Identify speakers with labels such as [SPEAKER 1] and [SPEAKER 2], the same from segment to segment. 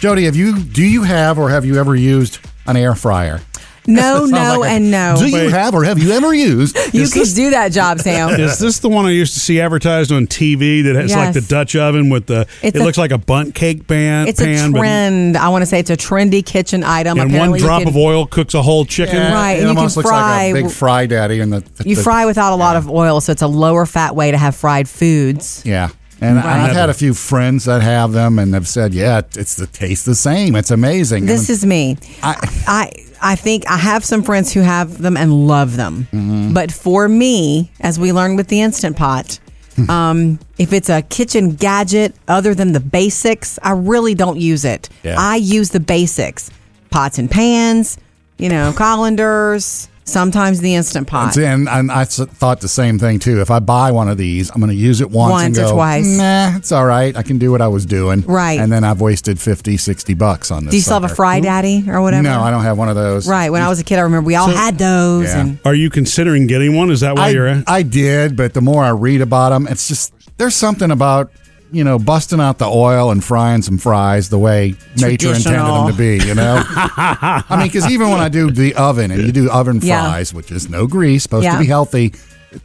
[SPEAKER 1] Jody, have you do you have or have you ever used an air fryer?
[SPEAKER 2] No,
[SPEAKER 1] Sounds
[SPEAKER 2] no,
[SPEAKER 1] like a-
[SPEAKER 2] and no.
[SPEAKER 1] Do you
[SPEAKER 3] Wait.
[SPEAKER 1] have or have you ever used?
[SPEAKER 2] You could do that job, Sam.
[SPEAKER 3] Is this the one I used to see advertised on TV that has
[SPEAKER 2] Yes.
[SPEAKER 3] like the Dutch oven with the?
[SPEAKER 2] It's
[SPEAKER 3] it
[SPEAKER 2] a-
[SPEAKER 3] looks like a bunt cake pan.
[SPEAKER 2] It's a
[SPEAKER 3] pan, but-
[SPEAKER 2] trend. I want to say it's a trendy kitchen item.
[SPEAKER 3] and one
[SPEAKER 2] Apparently you
[SPEAKER 3] drop
[SPEAKER 2] can-
[SPEAKER 3] of oil cooks a whole chicken.
[SPEAKER 2] Yeah. Right, and
[SPEAKER 1] It
[SPEAKER 2] you can
[SPEAKER 1] almost looks
[SPEAKER 2] fry-
[SPEAKER 1] like a big fry daddy and the, the-
[SPEAKER 2] You
[SPEAKER 1] the-
[SPEAKER 2] fry without a lot of oil, so it's a lower fat way to have fried foods.
[SPEAKER 1] Yeah. And I've had a few friends that have them and have said, yeah, it's the taste the same. It's amazing.
[SPEAKER 2] This is me.
[SPEAKER 1] I-
[SPEAKER 2] I I think I have some friends who have them and love them.
[SPEAKER 1] Mm-hmm.
[SPEAKER 2] But for me, as we learned with the instant pot,
[SPEAKER 1] Hmm.
[SPEAKER 2] um, if it's a kitchen gadget other than the basics, I really don't use it.
[SPEAKER 1] Yeah.
[SPEAKER 2] I use the basics: pots and pans, you know, colanders. Sometimes the instant pot.
[SPEAKER 1] And, and I s- thought the same thing too. If I buy one of these, I'm going to use it once, and
[SPEAKER 2] Once or
[SPEAKER 1] go,
[SPEAKER 2] twice.
[SPEAKER 1] Nah, it's all right. I can do what I was doing.
[SPEAKER 2] Right.
[SPEAKER 1] And then I've wasted 50, 60 bucks on this.
[SPEAKER 2] Do you still have a
[SPEAKER 1] sucker.
[SPEAKER 2] fry daddy or whatever?
[SPEAKER 1] No, I don't have one of those.
[SPEAKER 2] Right. When I was a kid, I remember we all had those.
[SPEAKER 1] Yeah.
[SPEAKER 2] And
[SPEAKER 3] Are you considering getting one? Is that why you're
[SPEAKER 1] I,
[SPEAKER 3] at?
[SPEAKER 1] I did, but the more I read about them, it's just there's something about you know busting out the oil and frying some fries the way nature intended them
[SPEAKER 2] Traditional.
[SPEAKER 1] to be. You know, I mean, because even when I do the oven and you do oven
[SPEAKER 2] Yeah.
[SPEAKER 1] fries, which is no grease, supposed to
[SPEAKER 2] Yeah.
[SPEAKER 1] be healthy,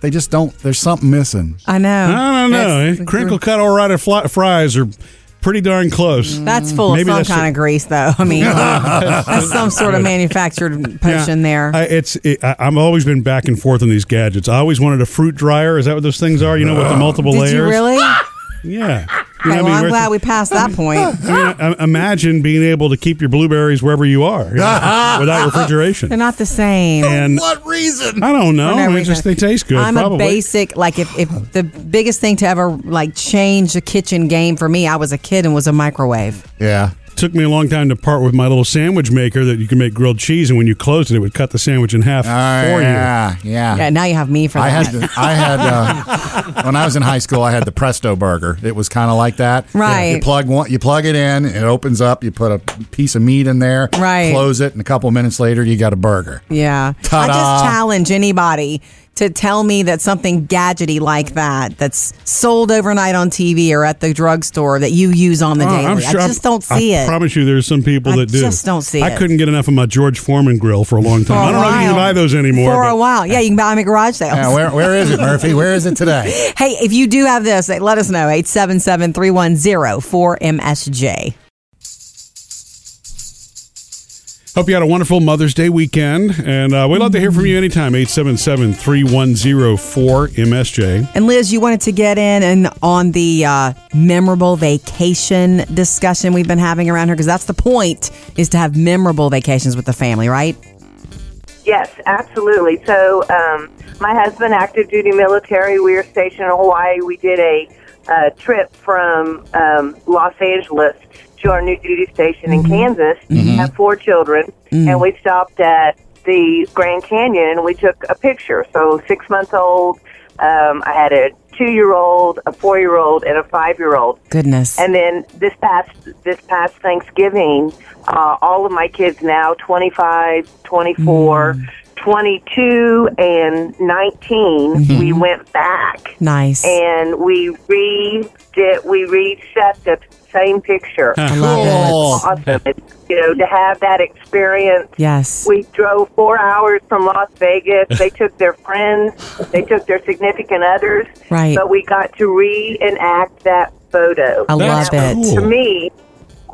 [SPEAKER 1] they just don't. There's something missing.
[SPEAKER 2] I know.
[SPEAKER 3] I don't know. Eh,
[SPEAKER 2] That's-
[SPEAKER 3] Crinkle cut Orida fly, fries are pretty darn close.
[SPEAKER 2] That's full
[SPEAKER 3] Maybe
[SPEAKER 2] of
[SPEAKER 3] that's
[SPEAKER 2] some kind of grease, though. I mean, that's some sort of manufactured potion there.
[SPEAKER 3] I, it's it, I, I've always been back and forth on these gadgets. I always wanted a fruit dryer. Is that what those things are? You know, with the multiple
[SPEAKER 2] Did
[SPEAKER 3] layers.
[SPEAKER 2] you really? okay,
[SPEAKER 3] Yeah. You know what I
[SPEAKER 2] well,
[SPEAKER 3] mean?
[SPEAKER 2] I'm
[SPEAKER 3] Where-
[SPEAKER 2] glad we passed that point.
[SPEAKER 3] I mean,
[SPEAKER 2] Ah!
[SPEAKER 3] I- I- imagine being able to keep your blueberries wherever you are you know, without
[SPEAKER 2] They're
[SPEAKER 3] refrigeration.
[SPEAKER 2] not the same.
[SPEAKER 3] And
[SPEAKER 1] What reason?
[SPEAKER 3] I don't know.
[SPEAKER 2] for no
[SPEAKER 3] I mean,
[SPEAKER 2] reason.
[SPEAKER 3] just they taste good.
[SPEAKER 2] I'm
[SPEAKER 3] probably.
[SPEAKER 2] a basic like if, if the biggest thing to ever like change the kitchen game for me, I was a kid and was a microwave.
[SPEAKER 1] Yeah.
[SPEAKER 3] Took me a long time to part with my little sandwich maker that you can make grilled cheese, and when you closed it, it would cut the sandwich in half
[SPEAKER 1] Oh,
[SPEAKER 3] for you.
[SPEAKER 1] yeah, yeah.
[SPEAKER 2] Ah, Yeah, now you have me for that.
[SPEAKER 1] I had, the, I had, uh, when I was in high school, I had the Presto burger. It was kind of like that.
[SPEAKER 2] Right.
[SPEAKER 1] You plug one, you plug it in, it opens up. You put a piece of meat in there.
[SPEAKER 2] Right.
[SPEAKER 1] Close it, and a couple minutes later, you got a burger.
[SPEAKER 2] yeah. I
[SPEAKER 1] Ta-da.
[SPEAKER 2] just challenge anybody to tell me that something gadgety like that that's sold overnight on TV or at the drugstore that you use on the
[SPEAKER 3] Oh,
[SPEAKER 2] daily.
[SPEAKER 3] I'm sure-
[SPEAKER 2] I just don't see
[SPEAKER 3] I
[SPEAKER 2] it.
[SPEAKER 3] promise you, there's some people
[SPEAKER 2] I
[SPEAKER 3] that do.
[SPEAKER 2] just don't see
[SPEAKER 3] I
[SPEAKER 2] it.
[SPEAKER 3] couldn't get enough of my George Foreman grill for a long time.
[SPEAKER 2] For a
[SPEAKER 3] I don't know if you can
[SPEAKER 2] while.
[SPEAKER 3] buy those anymore.
[SPEAKER 2] for
[SPEAKER 3] but-
[SPEAKER 2] a while. Yeah, you can buy them at garage sales.
[SPEAKER 1] Now, where, where is it, Murphy? Where is it today?
[SPEAKER 2] Hey, if you do have this, let us know. 877 310 4MSJ.
[SPEAKER 3] Hope you had a wonderful Mother's Day weekend, and uh, we'd love to hear from you anytime. 877 310 4MSJ.
[SPEAKER 2] And Liz, you wanted to get in and on the uh, memorable vacation discussion we've been having around here because that's the point is to have memorable vacations with the family, right?
[SPEAKER 4] Yes, absolutely. So, um, my husband, active duty military, we were stationed in Hawaii. We did a uh, trip from um, Los Angeles to our new duty station in Kansas. Have four children, and we stopped at the Grand Canyon and we took a picture. So, six months old. Um, I had a two year old, a four year old, and a five year old.
[SPEAKER 2] Goodness.
[SPEAKER 4] And then this past this past Thanksgiving, uh, all of my kids now 25, 24,
[SPEAKER 2] Mm.
[SPEAKER 4] 22, and 19,
[SPEAKER 2] Mm-hmm.
[SPEAKER 4] we went back
[SPEAKER 2] nice.
[SPEAKER 4] and we redid we reset the same picture.
[SPEAKER 2] I love
[SPEAKER 1] Cool.
[SPEAKER 2] it.
[SPEAKER 4] Awesome, It's, you know, to have that experience.
[SPEAKER 2] Yes.
[SPEAKER 4] We drove four hours from Las Vegas. They took their friends, they took their significant others,
[SPEAKER 2] Right.
[SPEAKER 4] but we got to reenact that photo.
[SPEAKER 2] I love
[SPEAKER 3] That's
[SPEAKER 2] it.
[SPEAKER 3] cool.
[SPEAKER 4] To me,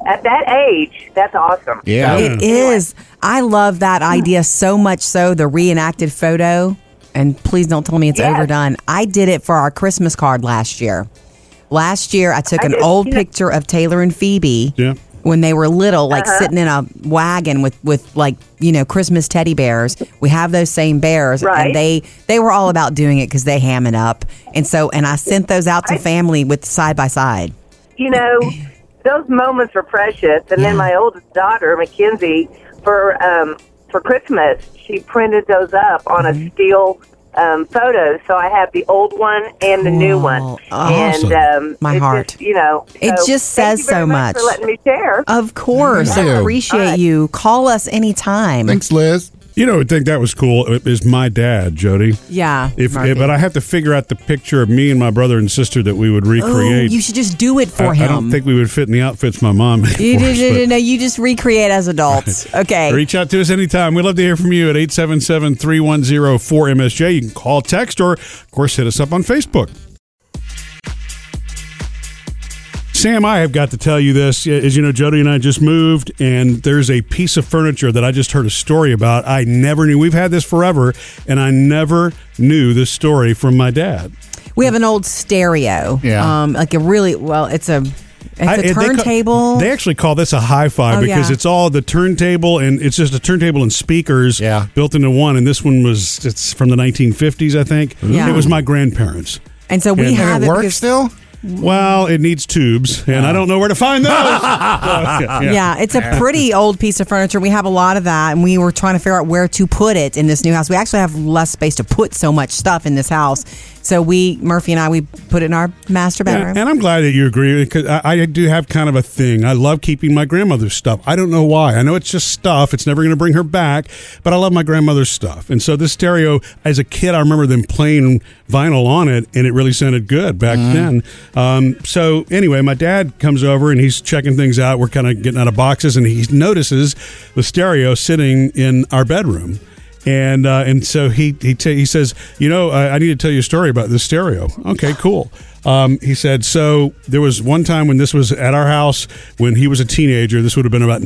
[SPEAKER 4] at that age, that's awesome.
[SPEAKER 1] Yeah.
[SPEAKER 2] It is. I love that idea so much so the reenacted photo. And please don't tell me it's
[SPEAKER 4] Yes.
[SPEAKER 2] overdone. I did it for our Christmas card last year. Last year, I took
[SPEAKER 4] I
[SPEAKER 2] an
[SPEAKER 4] did
[SPEAKER 2] old
[SPEAKER 4] see that.
[SPEAKER 2] picture of Taylor and Phoebe
[SPEAKER 3] Yeah.
[SPEAKER 2] when they were little, like sitting in a wagon with, with like, you know, Christmas teddy bears. We have those same bears.
[SPEAKER 4] Right.
[SPEAKER 2] And they, they were all about doing it because they ham it up. And so, and I sent those out to family with side by side.
[SPEAKER 4] You know, those moments are precious. And
[SPEAKER 2] Yeah.
[SPEAKER 4] then my oldest daughter, Mackenzie, for um, for Christmas, she printed those up on
[SPEAKER 2] Mm-hmm.
[SPEAKER 4] a steel um, photo. So I have the old one and the new
[SPEAKER 2] Cool.
[SPEAKER 4] one.
[SPEAKER 2] Awesome.
[SPEAKER 4] And um,
[SPEAKER 2] My
[SPEAKER 4] it's
[SPEAKER 2] heart.
[SPEAKER 4] Just, you know,
[SPEAKER 2] It
[SPEAKER 4] so
[SPEAKER 2] just
[SPEAKER 4] thank
[SPEAKER 2] says
[SPEAKER 4] you very
[SPEAKER 2] so
[SPEAKER 4] much for
[SPEAKER 2] much. Oh,
[SPEAKER 4] letting me share.
[SPEAKER 2] Of course.
[SPEAKER 1] Thank you.
[SPEAKER 2] I appreciate you. Call us anytime.
[SPEAKER 1] Thanks, Liz.
[SPEAKER 3] You know, I think that was cool. uh, Is my dad, Jody?
[SPEAKER 2] Yeah,
[SPEAKER 3] If,
[SPEAKER 2] Murphy.
[SPEAKER 3] but I have to figure out the picture of me and my brother and sister that we would
[SPEAKER 2] Ooh,
[SPEAKER 3] recreate.
[SPEAKER 2] Oh, you should just do it for
[SPEAKER 3] I,
[SPEAKER 2] him.
[SPEAKER 3] I don't think we would fit in the outfits my mom made
[SPEAKER 2] you,
[SPEAKER 3] for
[SPEAKER 2] no,
[SPEAKER 3] us,
[SPEAKER 2] no,
[SPEAKER 3] but-
[SPEAKER 2] no, no, you just recreate as adults. Okay.
[SPEAKER 3] Reach out to us anytime. We'd love to hear from you at 877-310-4MSJ. You can call, text, or, of course, hit us up on Facebook. Sam, I have got to tell you this. As you know, Jody and I just moved, and there's a piece of furniture that I just heard a story about. I never knew. We've had this forever, and I never knew this story from my dad.
[SPEAKER 2] We have an old stereo.
[SPEAKER 1] Yeah.
[SPEAKER 2] Um, like a really well, it's a it's
[SPEAKER 3] I- eh,
[SPEAKER 2] a
[SPEAKER 3] they ca-
[SPEAKER 2] turntable.
[SPEAKER 3] They, actually call this a hi-fi
[SPEAKER 2] Oh,
[SPEAKER 3] because
[SPEAKER 2] yeah.
[SPEAKER 3] it's all the turntable and it's just a turntable and speakers
[SPEAKER 1] Yeah.
[SPEAKER 3] built into one. And this one was it's from the 1950s, I think.
[SPEAKER 2] Yeah.
[SPEAKER 3] It was my grandparents.
[SPEAKER 2] and so we
[SPEAKER 3] And- and
[SPEAKER 2] have
[SPEAKER 1] And it
[SPEAKER 2] it
[SPEAKER 1] works
[SPEAKER 2] because-
[SPEAKER 1] still?
[SPEAKER 3] Well, it needs tubes, and I don't know where to find those. yeah,
[SPEAKER 2] Yeah. it's a pretty old piece of furniture. We have a lot of that, and we were trying to figure out where to put it in this new house. We actually have less space to put so much stuff in this house, so we Murphy and I we put it in our master bedroom.
[SPEAKER 3] And, and I'm glad that you agree because I, I do have kind of a thing. I love keeping my grandmother's stuff. I don't know why. I know it's just stuff. It's never going to bring her back, but I love my grandmother's stuff. And so this stereo, as a kid, I remember them playing vinyl on it, and it really sounded good back then. Um, so anyway, my dad comes over and he's checking things out. We're kind of getting out of boxes, and he notices the stereo sitting in our bedroom. And uh, and so he he, ta he says, you know, I, I need to tell you a story about the stereo. Okay, cool. Um, he said, so there was one time when this was at our house when he was a teenager. This would have been about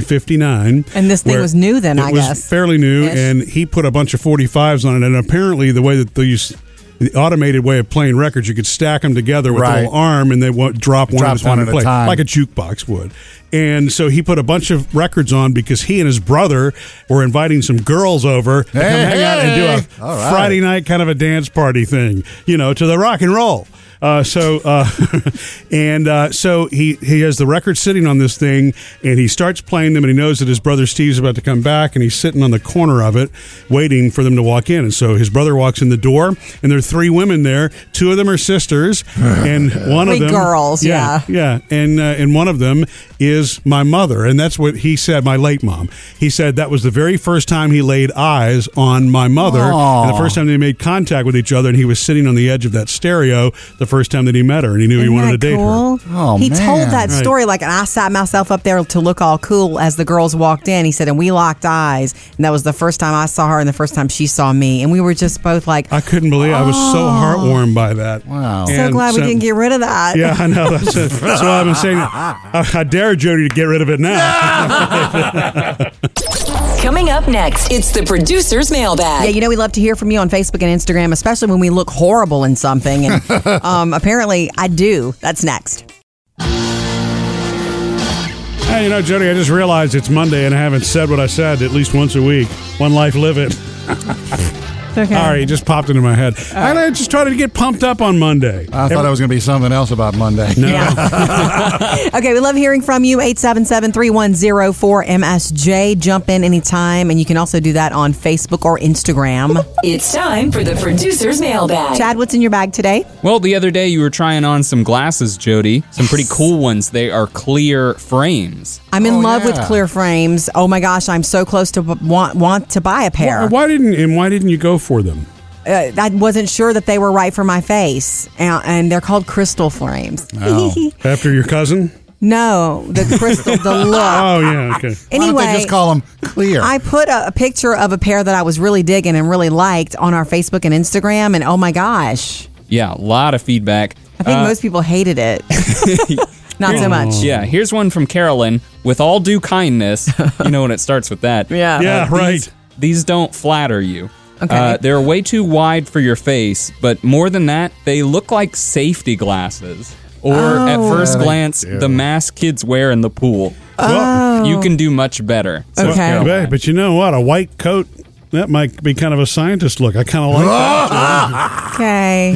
[SPEAKER 3] 1959.
[SPEAKER 2] And this thing
[SPEAKER 3] where
[SPEAKER 2] was new then,
[SPEAKER 3] it
[SPEAKER 2] I
[SPEAKER 3] was
[SPEAKER 2] guess.
[SPEAKER 3] fairly new.
[SPEAKER 2] Ish.
[SPEAKER 3] And he put a bunch of 45s on it. And apparently, the way that they use the automated way of playing records, you could stack them together with a
[SPEAKER 1] Right.
[SPEAKER 3] little arm, and they won't drop one
[SPEAKER 1] Drop
[SPEAKER 3] at a time,
[SPEAKER 1] one
[SPEAKER 3] and
[SPEAKER 1] at a
[SPEAKER 3] play,
[SPEAKER 1] time.
[SPEAKER 3] like a jukebox would. And so he put a bunch of records on because he and his brother were inviting some girls over to come
[SPEAKER 1] Hey,
[SPEAKER 3] hang out and do
[SPEAKER 1] hey.
[SPEAKER 3] a
[SPEAKER 1] All right.
[SPEAKER 3] Friday night kind of a dance party thing, you know, to the rock and roll. Uh, so uh, and uh, so he he has the record sitting on this thing, and he starts playing them, and he knows that his brother Steve's about to come back, and he's sitting on the corner of it, waiting for them to walk in. And so his brother walks in the door, and there are three women there. Two of them are sisters, and one of
[SPEAKER 2] Three
[SPEAKER 3] them
[SPEAKER 2] girls, yeah.
[SPEAKER 3] yeah, and uh, and one of them is my mother, and that's what he said. My late mom. He said that was the very first time he laid eyes on my mother, and the first time they made contact with each other. And he was sitting on the edge of that stereo the first time that he met her, and he knew he
[SPEAKER 2] Isn't
[SPEAKER 3] wanted to
[SPEAKER 2] that
[SPEAKER 3] date
[SPEAKER 2] cool?
[SPEAKER 3] her.
[SPEAKER 1] Oh,
[SPEAKER 2] he
[SPEAKER 1] man.
[SPEAKER 2] told that
[SPEAKER 3] Right.
[SPEAKER 2] story like, and I sat myself up there to look all cool as the girls walked in. He said, and we locked eyes, and that was the first time I saw her, and the first time she saw me, and we were just both like,
[SPEAKER 3] I couldn't believe I was so heartwarmed by that.
[SPEAKER 1] Wow.
[SPEAKER 2] so
[SPEAKER 3] And
[SPEAKER 2] glad we
[SPEAKER 3] so-
[SPEAKER 2] didn't get rid of that.
[SPEAKER 3] Yeah, I know. That's, that's what I've been saying. I, I dare Jody to get rid of it now.
[SPEAKER 5] Coming up next, it's the producer's
[SPEAKER 2] Yeah,
[SPEAKER 5] mailbag.
[SPEAKER 2] you know, we love to hear from you on Facebook and Instagram, especially when we look horrible in something. And um, apparently, I do. That's next.
[SPEAKER 3] Hey, you know, Jody, I just realized it's Monday, and I haven't said what I said at least once a week. One life, live it.
[SPEAKER 2] okay.
[SPEAKER 3] All right, it just popped into my head. And I just tried to get pumped up on Monday.
[SPEAKER 2] Uh,
[SPEAKER 1] I thought it was going to be something else about Monday.
[SPEAKER 2] Yeah. okay, we love hearing from you. 877 310 4MSJ. Jump in anytime. And you can also do that on Facebook or Instagram.
[SPEAKER 5] It's time for the producer's mailbag.
[SPEAKER 2] Chad, what's in your bag today?
[SPEAKER 6] Well, the other day you were trying on some glasses, Jody. Some pretty cool ones. They are clear frames.
[SPEAKER 2] I'm in
[SPEAKER 1] Oh,
[SPEAKER 2] love with
[SPEAKER 1] yeah.
[SPEAKER 2] clear frames. Oh my gosh, I'm so close to b- want, want to buy a pair.
[SPEAKER 3] Why didn't and why didn't you go for them?
[SPEAKER 2] Uh, I wasn't sure that they were right for my face. And, and they're called crystal frames.
[SPEAKER 3] Oh, After your cousin?
[SPEAKER 2] no, the crystal, the look.
[SPEAKER 3] Oh yeah, okay.
[SPEAKER 1] Why
[SPEAKER 2] Anyway,
[SPEAKER 1] don't they just call them clear?
[SPEAKER 2] I put a, a picture of a pair that I was really digging and really liked on our Facebook and Instagram, and oh my gosh,
[SPEAKER 6] Yeah, a lot of feedback.
[SPEAKER 2] I think
[SPEAKER 6] Uh,
[SPEAKER 2] most people hated it. Not so much.
[SPEAKER 6] Oh. Yeah, here's one from Carolyn. With all due kindness, you know when it starts with that. Uh,
[SPEAKER 2] Yeah.
[SPEAKER 3] Yeah,
[SPEAKER 6] these-
[SPEAKER 3] right.
[SPEAKER 6] These don't flatter you.
[SPEAKER 2] Okay.
[SPEAKER 6] Uh, they're way too wide for your face, but more than that, they look like safety glasses. Or at
[SPEAKER 2] Oh.
[SPEAKER 6] first glance, the mask kids wear in the pool.
[SPEAKER 2] Uh,
[SPEAKER 3] Well,
[SPEAKER 6] You can do much better.
[SPEAKER 3] well,
[SPEAKER 2] Oh. Okay.
[SPEAKER 6] Caroline.
[SPEAKER 3] hey, but you know what? A white coat that might be kind of a scientist look. I kind of like that.
[SPEAKER 2] Okay.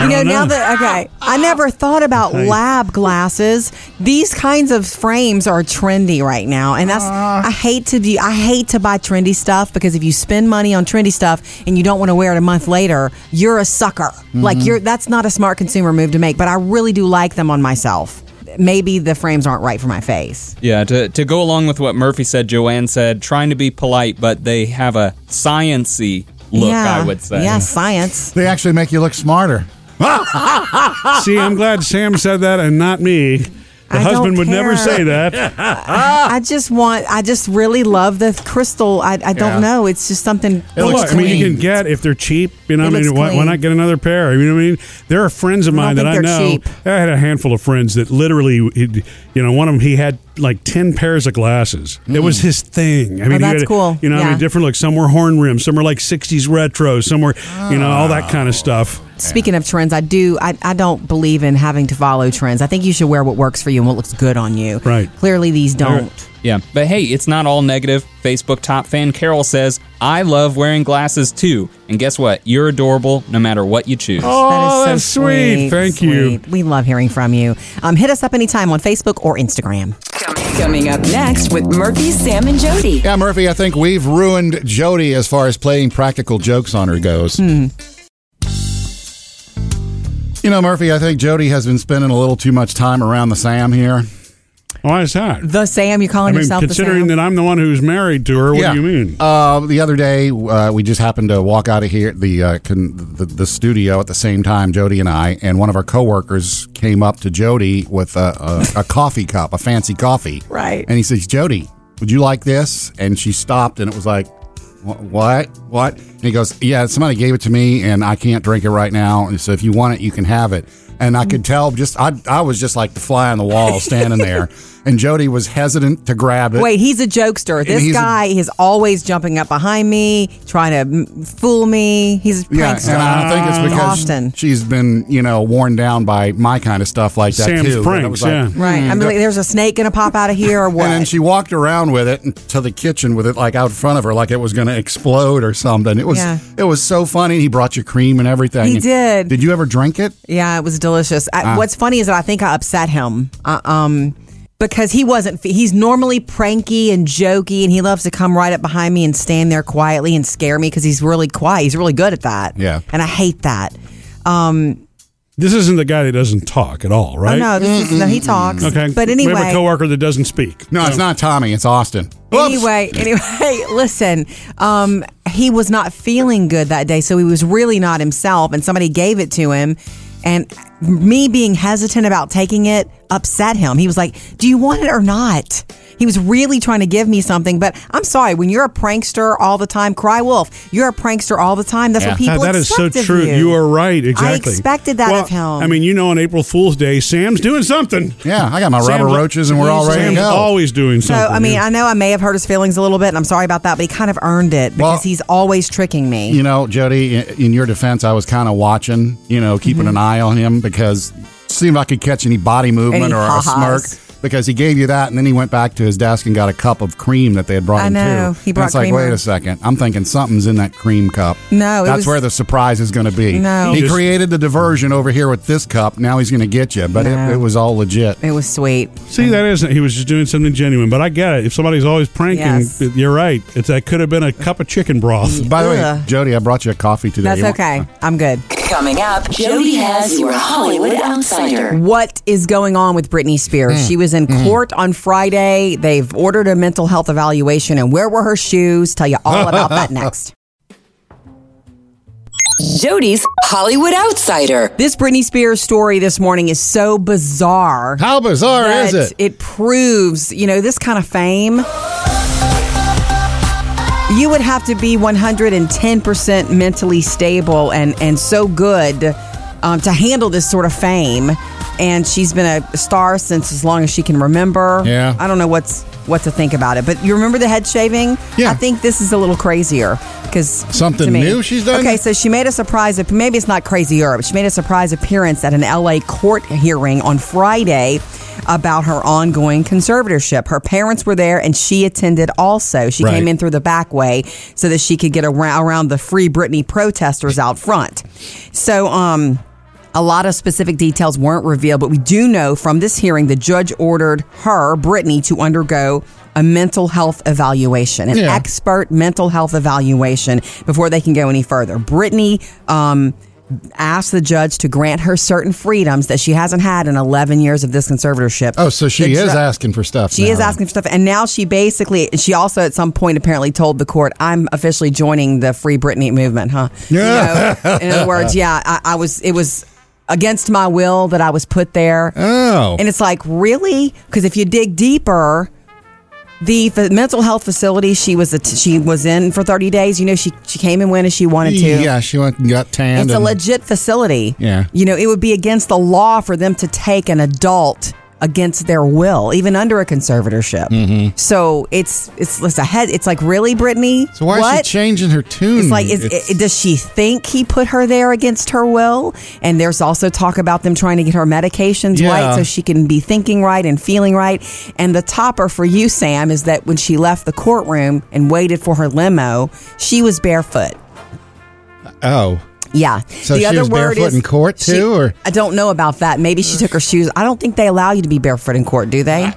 [SPEAKER 2] You know,
[SPEAKER 3] don't
[SPEAKER 2] now
[SPEAKER 3] know.
[SPEAKER 2] that, okay, I never thought about
[SPEAKER 3] Hey.
[SPEAKER 2] lab glasses. These kinds of frames are trendy right now. And that's, I hate to do, I hate to buy trendy stuff because if you spend money on trendy stuff and you don't want to wear it a month later, you're a sucker. Like, you're, that's not a smart consumer move to make, but I really do like them on myself. maybe the frames aren't right for my face.
[SPEAKER 6] Yeah, to, to go along with what Murphy said, Joanne said, trying to be polite, but they have a sciency look,
[SPEAKER 2] yeah.
[SPEAKER 6] I would say.
[SPEAKER 2] Yeah, science.
[SPEAKER 1] They actually make you look smarter.
[SPEAKER 3] See, I'm glad Sam said that and not me. The
[SPEAKER 2] I don't
[SPEAKER 3] husband would never
[SPEAKER 2] care.
[SPEAKER 3] say that.
[SPEAKER 2] I just want. I just really love the crystal. I, I
[SPEAKER 1] Yeah.
[SPEAKER 2] don't know. It's just something.
[SPEAKER 1] It
[SPEAKER 3] Look,
[SPEAKER 1] looks
[SPEAKER 3] I mean, you
[SPEAKER 1] clean.
[SPEAKER 3] can get if they're cheap. You know,
[SPEAKER 2] Oh, It
[SPEAKER 3] I mean,
[SPEAKER 2] looks
[SPEAKER 3] why, why
[SPEAKER 2] clean.
[SPEAKER 3] not get another pair? You know what I mean? There are friends of
[SPEAKER 2] don't
[SPEAKER 3] mine that
[SPEAKER 2] think
[SPEAKER 3] I
[SPEAKER 2] they're
[SPEAKER 3] know.
[SPEAKER 2] cheap.
[SPEAKER 3] I had a handful of friends that literally, he'd- you know, one of them he had like ten pairs of glasses. It was his thing. I mean, he
[SPEAKER 2] Mm. Oh, that's
[SPEAKER 3] had,
[SPEAKER 2] cool.
[SPEAKER 3] You know, I
[SPEAKER 2] Yeah.
[SPEAKER 3] mean, different looks. Some were horn rims, some were like '60s retro, some were, you know, all that
[SPEAKER 2] Ah.
[SPEAKER 3] kind of stuff.
[SPEAKER 2] Speaking of trends, I do. I, I don't believe in having to follow trends. I think you should wear what works for you and what looks good on you.
[SPEAKER 3] Right.
[SPEAKER 2] Clearly, these don't.
[SPEAKER 6] Yeah, but hey, it's not all negative. Facebook top fan Carol says, I love wearing glasses too. And guess what? You're adorable no matter what you choose.
[SPEAKER 3] Oh, that's sweet. Thank you.
[SPEAKER 2] sweet. We love hearing from you. Um, hit us up anytime on Facebook or Instagram.
[SPEAKER 5] Coming up next with Murphy, Sam, and Jody.
[SPEAKER 1] Yeah, Murphy, I think we've ruined Jody as far as playing practical jokes on her goes. You know, Murphy, I think Jody has been spending a little too much time around the Sam here.
[SPEAKER 3] Why is that?
[SPEAKER 2] The Sam, you're calling
[SPEAKER 3] I mean,
[SPEAKER 2] yourself
[SPEAKER 3] considering
[SPEAKER 2] the Sam?
[SPEAKER 3] that I'm the one who's married to her, what
[SPEAKER 1] Yeah.
[SPEAKER 3] do you mean?
[SPEAKER 1] Uh, the other day, uh, we just happened to walk out of here the, uh, con- the the studio at the same time, Jody and I, and one of our coworkers came up to Jody with a, a, a coffee cup, a fancy coffee,
[SPEAKER 2] Right.
[SPEAKER 1] And he says, "Jody, would you like this?" And she stopped, and it was like, "Wh- "What? What?" And he goes, "Yeah, somebody gave it to me, and I can't drink it right now. And so if you want it, you can have it." And I could tell just I I was just like the fly on the wall standing there, and Jody was hesitant to grab it.
[SPEAKER 2] Wait, he's a jokester. This
[SPEAKER 1] he's a-
[SPEAKER 2] guy is always jumping up behind me, trying to mm, fool me. He's a
[SPEAKER 1] Yeah,
[SPEAKER 2] prankster.
[SPEAKER 1] and I think it's because
[SPEAKER 2] Austin.
[SPEAKER 1] she's been, you know, worn down by my kind of stuff like that
[SPEAKER 3] Sam's
[SPEAKER 1] too. And it
[SPEAKER 3] pranks,
[SPEAKER 1] was like-
[SPEAKER 3] yeah.
[SPEAKER 2] Right. I mean, like, there's a snake going to pop out of here or what?
[SPEAKER 1] Hmm. And then she walked around with it to the kitchen with it like out in front of her, like it was going to explode or something. It was,
[SPEAKER 2] Yeah.
[SPEAKER 1] it was so funny. He brought you cream and everything.
[SPEAKER 2] He
[SPEAKER 1] And-
[SPEAKER 2] did.
[SPEAKER 1] Did you ever drink it?
[SPEAKER 2] yeah, it was delicious. I, what's funny is that I think I upset him. Uh, um, because he wasn't, fe- he's normally pranky and jokey, and he loves to come right up behind me and stand there quietly and scare me because he's really quiet. He's really good at that.
[SPEAKER 1] Yeah.
[SPEAKER 2] And I hate that. Um,
[SPEAKER 3] This isn't the guy that doesn't talk at all,
[SPEAKER 2] oh,
[SPEAKER 3] right?
[SPEAKER 2] no, this is, no, he talks.
[SPEAKER 3] Okay.
[SPEAKER 2] But anyway,
[SPEAKER 3] we have a coworker that doesn't speak.
[SPEAKER 1] No, it's not Tommy. It's Austin. Oops.
[SPEAKER 2] Anyway, anyway, listen. Um, he was not feeling good that day, so he was really not himself. And somebody gave it to him, and me being hesitant about taking it upset him. He was like, "Do you want it or not?" He was really trying to give me something, but I'm sorry. When you're a prankster all the time, cry wolf. You're a prankster all the time. That's
[SPEAKER 1] Yeah.
[SPEAKER 2] what people.
[SPEAKER 3] God, that is so
[SPEAKER 2] expect of
[SPEAKER 3] true.
[SPEAKER 2] You.
[SPEAKER 3] You. are right. Exactly.
[SPEAKER 2] expected that
[SPEAKER 3] Well,
[SPEAKER 2] of him.
[SPEAKER 3] I mean, you know, on April Fool's Day, Sam's doing something.
[SPEAKER 1] Yeah, I got my rubber
[SPEAKER 3] Sam's-
[SPEAKER 1] roaches and we're all ready to
[SPEAKER 3] Sam's
[SPEAKER 1] go.
[SPEAKER 3] always doing
[SPEAKER 2] So
[SPEAKER 3] something.
[SPEAKER 2] I mean,
[SPEAKER 3] yeah.
[SPEAKER 2] I know I may have hurt his feelings a little bit, and I'm sorry about that. But he kind of earned it because
[SPEAKER 1] Well-
[SPEAKER 2] he's always tricking me.
[SPEAKER 1] You know, Jody, in- in your defense, I was kind of watching, you know, keeping
[SPEAKER 2] Mm-hmm.
[SPEAKER 1] an eye on him because see if I could catch any body movement
[SPEAKER 2] Any
[SPEAKER 1] or a
[SPEAKER 2] ha-has.
[SPEAKER 1] smirk. Because he gave you that, and then he went back to his desk and got a cup of cream that they had brought
[SPEAKER 2] I
[SPEAKER 1] him
[SPEAKER 2] know.
[SPEAKER 1] too.
[SPEAKER 2] He
[SPEAKER 1] And
[SPEAKER 2] brought
[SPEAKER 1] it's like,
[SPEAKER 2] cream
[SPEAKER 1] wait
[SPEAKER 2] on.
[SPEAKER 1] a second, I'm thinking something's in that cream cup.
[SPEAKER 2] No, it
[SPEAKER 1] that's
[SPEAKER 2] was-
[SPEAKER 1] where the surprise is going to be.
[SPEAKER 2] No.
[SPEAKER 1] he
[SPEAKER 3] He just-
[SPEAKER 1] created the diversion over here with this cup. Now he's going to get you, but
[SPEAKER 2] No.
[SPEAKER 1] it, it was all legit.
[SPEAKER 2] It was sweet.
[SPEAKER 3] See, that isn't. He was just doing something genuine. But I get it. If somebody's always pranking,
[SPEAKER 2] Yes. Mm.
[SPEAKER 3] you're right. It's, that could have been a cup of chicken broth.
[SPEAKER 1] By the way,
[SPEAKER 2] Ugh.
[SPEAKER 1] Jody, I brought you a coffee today.
[SPEAKER 2] That's
[SPEAKER 1] You want-
[SPEAKER 2] okay. I'm good.
[SPEAKER 5] Coming up, Jody has your Hollywood Outsider.
[SPEAKER 2] What is going on with Britney Spears? She was in court on Friday. They've ordered a mental health evaluation. And where were her shoes? Tell you all about that next.
[SPEAKER 5] Jody's Hollywood Outsider.
[SPEAKER 2] This Britney Spears story this morning is so bizarre.
[SPEAKER 1] How bizarre is
[SPEAKER 2] that
[SPEAKER 1] it?
[SPEAKER 2] It proves, you know, this kind of fame. You would have to be 110% mentally stable and, and so good um, to handle this sort of fame. And she's been a star since as long as she can remember.
[SPEAKER 1] Yeah.
[SPEAKER 2] I don't know what's what to think about it, but you remember the head shaving?
[SPEAKER 1] Yeah.
[SPEAKER 2] I think this is a little crazier because
[SPEAKER 1] Something new she's done?
[SPEAKER 2] Okay, so she made a surprise. Maybe it's not crazier, but she made a surprise appearance at an LA court hearing on Friday about her ongoing conservatorship. Her parents were there, and she attended also. She
[SPEAKER 1] Right.
[SPEAKER 2] came in through the back way so that she could get around, around the free Britney protesters out front. So, um. A lot of specific details weren't revealed, but we do know from this hearing the judge ordered her, Brittany, to undergo a mental health evaluation, an
[SPEAKER 1] Yeah.
[SPEAKER 2] expert mental health evaluation before they can go any further. Brittany um, asked the judge to grant her certain freedoms that she hasn't had in 11 years of this conservatorship.
[SPEAKER 1] Oh, so she
[SPEAKER 2] The
[SPEAKER 1] is
[SPEAKER 2] ju-
[SPEAKER 1] asking for stuff.
[SPEAKER 2] She is
[SPEAKER 1] now.
[SPEAKER 2] asking for stuff, and now she basically she also at some point apparently told the court, "I'm officially joining the Free Britney movement." Huh? Yeah. in other words, yeah, I, I was. It was against my will that I was put there.
[SPEAKER 1] Oh,
[SPEAKER 2] And it's like, really? Because if you dig deeper, the f- mental health facility she was at she was in for 30 days, you know, she, she came and went as she wanted to.
[SPEAKER 1] yeah, she went and got tanned.
[SPEAKER 2] It's a
[SPEAKER 1] and-
[SPEAKER 2] legit facility.
[SPEAKER 1] Yeah.
[SPEAKER 2] You know, it would be against the law for them to take an adult against their will, even under a conservatorship.
[SPEAKER 1] Mm-hmm.
[SPEAKER 2] So it's it's it's a head. It's like really, Brittany.
[SPEAKER 1] So why
[SPEAKER 2] what?
[SPEAKER 1] is she changing her tune?
[SPEAKER 2] It's like, is, i does she think he put her there against her will? And there's also talk about them trying to get her medications
[SPEAKER 1] Yeah.
[SPEAKER 2] right so she can be thinking right and feeling right. And the topper for you, Sam, is that when she left the courtroom and waited for her limo, she was barefoot.
[SPEAKER 1] oh,
[SPEAKER 2] Yeah.
[SPEAKER 1] So she was barefoot in court,
[SPEAKER 2] she-
[SPEAKER 1] too, or-
[SPEAKER 2] I don't know about that. Maybe she took her shoes. I don't think they allow you to be barefoot in court, do they?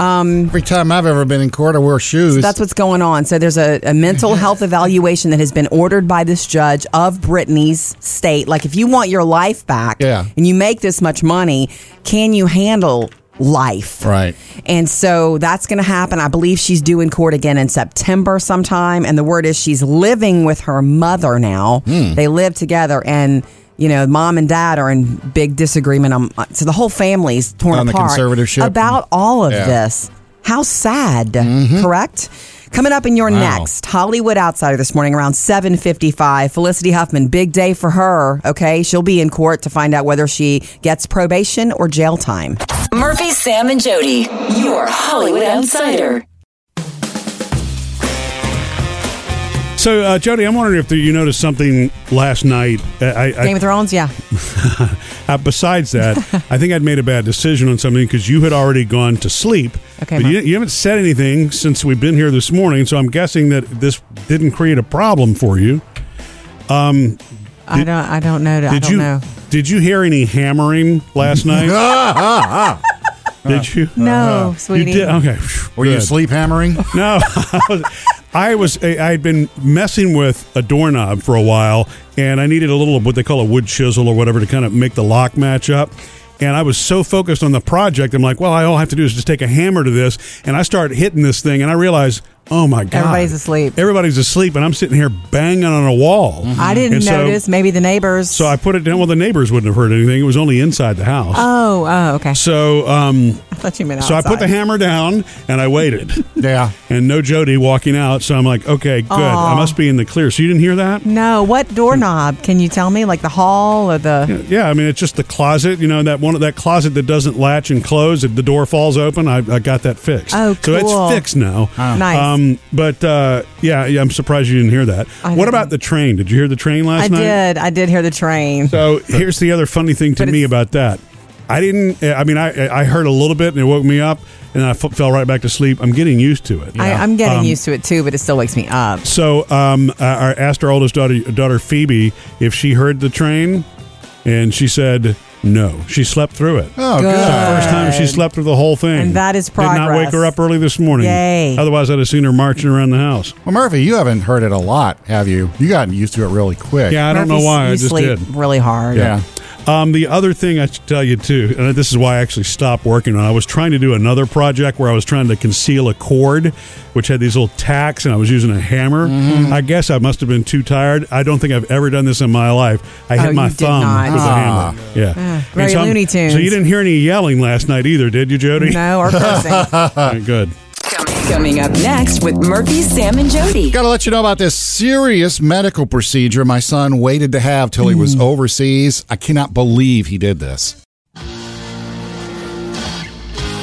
[SPEAKER 1] every time I've ever been in court, I wear shoes.
[SPEAKER 2] That's what's going on. So there's a, a mental health evaluation that has been ordered by this judge of Brittany's state. Like, if you want your life back
[SPEAKER 1] Yeah.
[SPEAKER 2] and you make this much money, can you handle life?
[SPEAKER 1] Right.
[SPEAKER 2] And so that's going to happen. I believe she's due in court again in September sometime. And the word is she's living with her mother now.
[SPEAKER 1] Hmm.
[SPEAKER 2] They live together and. You know, mom and dad are in big disagreement. Um, so the whole family's torn
[SPEAKER 1] On the
[SPEAKER 2] apart
[SPEAKER 1] conservatorship.
[SPEAKER 2] about all of
[SPEAKER 1] Yeah.
[SPEAKER 2] this. How sad,
[SPEAKER 3] Mm-hmm.
[SPEAKER 2] correct? Coming up in your
[SPEAKER 1] Wow.
[SPEAKER 2] next Hollywood Outsider this morning around 7:55, Felicity Huffman, big day for her, okay? She'll be in court to find out whether she gets probation or jail time.
[SPEAKER 5] Murphy, Sam, and Jody, your Hollywood Outsider.
[SPEAKER 3] So, uh, Jody, I'm wondering if there, you noticed something last night. Uh, I, I,
[SPEAKER 2] Game of Thrones, yeah.
[SPEAKER 3] Uh, besides that, I think I'd made a bad decision on something because you had already gone to sleep.
[SPEAKER 2] Okay,
[SPEAKER 3] But
[SPEAKER 2] Mark.
[SPEAKER 3] you, you haven't said anything since we've been here this morning, so I'm guessing that this didn't create a problem for you.
[SPEAKER 2] I don't I don't know. I
[SPEAKER 3] Did
[SPEAKER 2] don't
[SPEAKER 3] you?
[SPEAKER 2] know.
[SPEAKER 3] Did you hear any hammering last night? did you? Uh-huh.
[SPEAKER 2] No,
[SPEAKER 3] You
[SPEAKER 2] sweetie.
[SPEAKER 3] did. Okay.
[SPEAKER 1] Were you
[SPEAKER 3] Good.
[SPEAKER 1] sleep hammering?
[SPEAKER 3] No, I was. I was I had been messing with a doorknob for a while, and I needed a little what they call a wood chisel or whatever to kind of make the lock match up. And I was so focused on the project, I'm like, well, I all I have to do is just take a hammer to this, and I start hitting this thing, and I realize, oh my god,
[SPEAKER 2] Everybody's asleep. Mm-hmm.
[SPEAKER 3] Everybody's asleep, and I'm sitting here banging on a wall.
[SPEAKER 2] I didn't
[SPEAKER 3] Mm. And so-
[SPEAKER 2] notice. Maybe the neighbors.
[SPEAKER 3] So I put it down. Well, the neighbors wouldn't have heard anything. It was only inside the house.
[SPEAKER 2] oh, oh, okay.
[SPEAKER 3] so, um,
[SPEAKER 2] I thought you meant
[SPEAKER 3] so I
[SPEAKER 2] outside.
[SPEAKER 3] put the hammer down and I waited.
[SPEAKER 1] Yeah.
[SPEAKER 3] and no Jody walking out. So I'm like, okay, good. I must be in the clear. So you didn't hear that?
[SPEAKER 2] No, what doorknob? Can you tell me? Like the hall or the
[SPEAKER 3] Yeah, I mean it's just the closet, you know that one that closet that doesn't latch and close. If the door falls open, I, I got that fixed.
[SPEAKER 2] Oh,
[SPEAKER 3] So
[SPEAKER 2] cool.
[SPEAKER 3] it's fixed now.
[SPEAKER 2] Nice.
[SPEAKER 3] Um, but uh, yeah, yeah, I'm surprised you didn't hear that.
[SPEAKER 2] I
[SPEAKER 3] what
[SPEAKER 2] didn't.
[SPEAKER 3] about the train? Did you hear the train last
[SPEAKER 2] I
[SPEAKER 3] night?
[SPEAKER 2] did. I did hear the train.
[SPEAKER 3] So here's the other funny thing to
[SPEAKER 2] But
[SPEAKER 3] me
[SPEAKER 2] it's-
[SPEAKER 3] about that. I didn't. I mean, I I heard a little bit and it woke me up, and I f- fell right back to sleep. I'm getting used to it. Um,
[SPEAKER 2] I, I'm getting used to it too, but it still wakes me up.
[SPEAKER 3] So um, I I asked our oldest daughter, daughter Phoebe, if she heard the train, and she said no. She slept through it.
[SPEAKER 1] Oh,
[SPEAKER 2] Good.
[SPEAKER 1] good.
[SPEAKER 3] First time she slept through the whole thing.
[SPEAKER 2] And that is
[SPEAKER 3] Did not wake
[SPEAKER 2] progress.
[SPEAKER 3] her up early this morning.
[SPEAKER 2] Yay.
[SPEAKER 3] Otherwise, I'd have seen her marching around the house.
[SPEAKER 1] Well, Murphy, you haven't heard it a lot, have you? You gotten used to it really quick.
[SPEAKER 3] Yeah, I don't know
[SPEAKER 2] Murphy,
[SPEAKER 3] why.
[SPEAKER 2] You
[SPEAKER 3] I just
[SPEAKER 2] sleep
[SPEAKER 3] did.
[SPEAKER 2] really hard.
[SPEAKER 1] Yeah.
[SPEAKER 3] Um, the other thing I should tell you too, and this is why I actually stopped working on. it, I was trying to do another project where I was trying to conceal a cord, which had these little tacks, and I was using a hammer.
[SPEAKER 2] Mm-hmm.
[SPEAKER 3] I guess I must have been too tired. I don't think I've ever done this in my life. I hit
[SPEAKER 2] Oh,
[SPEAKER 3] my
[SPEAKER 2] you did
[SPEAKER 3] thumb
[SPEAKER 2] not.
[SPEAKER 3] with a
[SPEAKER 1] Ah.
[SPEAKER 3] hammer. Yeah, And
[SPEAKER 2] very
[SPEAKER 3] I'm-
[SPEAKER 2] Looney Tunes.
[SPEAKER 3] So you didn't hear any yelling last night either, did you, Jody?
[SPEAKER 2] No, or cursing.
[SPEAKER 3] All right, good.
[SPEAKER 5] Coming up next with Murphy, Sam, and Jody.
[SPEAKER 1] Got to let you know about this serious medical procedure my son waited to have till he
[SPEAKER 2] Hmm.
[SPEAKER 1] was overseas. I cannot believe he did this.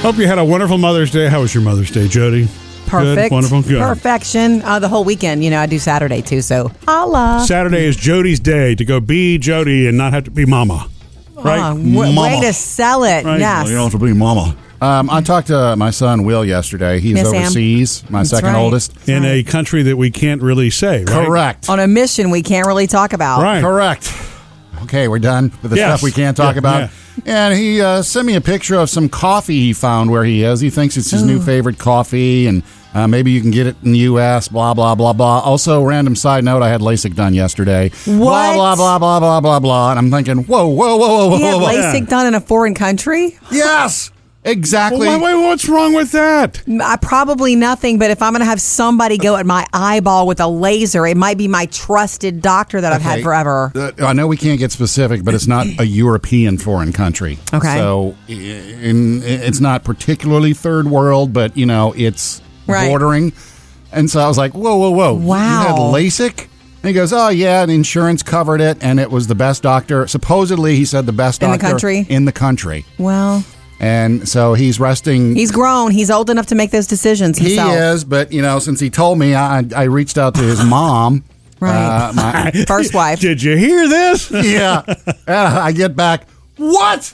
[SPEAKER 3] Hope you had a wonderful Mother's Day. How was your Mother's Day, Jody?
[SPEAKER 2] Perfect.
[SPEAKER 3] Good, wonderful. Good.
[SPEAKER 2] Perfection. Uh, the whole weekend. You know, I do Saturday too, so holla.
[SPEAKER 3] Saturday is Jody's day to go be Jody and not have to be Mama. Right?
[SPEAKER 2] Uh, w- way
[SPEAKER 1] Mama.
[SPEAKER 2] to sell it.
[SPEAKER 3] Right.
[SPEAKER 2] Yes.
[SPEAKER 1] have to be mama. Um, I talked to my son Will yesterday. He's
[SPEAKER 2] Yes, Sam.
[SPEAKER 1] overseas, my
[SPEAKER 2] That's
[SPEAKER 1] second
[SPEAKER 2] right.
[SPEAKER 1] oldest.
[SPEAKER 3] in a country that we can't really say, right?
[SPEAKER 1] Correct.
[SPEAKER 2] On a mission we can't really talk about.
[SPEAKER 3] Right.
[SPEAKER 1] Correct. Okay, we're done with the
[SPEAKER 3] Yes.
[SPEAKER 1] stuff we can't talk
[SPEAKER 3] Yeah,
[SPEAKER 1] about.
[SPEAKER 3] yeah.
[SPEAKER 1] and he uh, sent me a picture of some coffee he found where he is. He thinks it's his
[SPEAKER 2] Oh.
[SPEAKER 1] new favorite coffee, and uh, maybe you can get it in the U.S. Blah blah blah blah. Also, random side note: I had LASIK done yesterday.
[SPEAKER 2] What?
[SPEAKER 1] Blah blah blah blah blah blah blah. And I'm thinking, whoa whoa whoa whoa whoa.
[SPEAKER 2] He had
[SPEAKER 1] whoa.
[SPEAKER 2] LASIK done in a foreign country?
[SPEAKER 1] Yes, exactly.
[SPEAKER 3] Well, why- why- what's wrong with that?
[SPEAKER 2] Mm, I, probably nothing, but if I'm going to have somebody go at my eyeball with a laser, it might be my trusted doctor that I've had
[SPEAKER 1] Okay.
[SPEAKER 2] forever.
[SPEAKER 1] Uh, I know we can't get specific, but it's not a European foreign country.
[SPEAKER 2] Okay.
[SPEAKER 1] So i- in, it's not particularly third world, but, you know, it's
[SPEAKER 2] Right.
[SPEAKER 1] bordering. And so I was like, whoa, whoa, whoa. You had
[SPEAKER 2] Wow.
[SPEAKER 1] LASIK? And he goes, oh, yeah, and insurance covered it, and it was the best doctor. Supposedly, he said the best
[SPEAKER 2] In the
[SPEAKER 1] doctor
[SPEAKER 2] country?
[SPEAKER 1] In the country.
[SPEAKER 2] Well,
[SPEAKER 1] And so he's resting.
[SPEAKER 2] he's grown. He's old enough to make those decisions
[SPEAKER 1] he
[SPEAKER 2] himself.
[SPEAKER 1] is, but, you know, since he told me, I, I reached out to his mom.
[SPEAKER 2] Right.
[SPEAKER 1] Uh, my,
[SPEAKER 2] First wife.
[SPEAKER 3] Did you hear this?
[SPEAKER 1] yeah. Uh, I get back. What?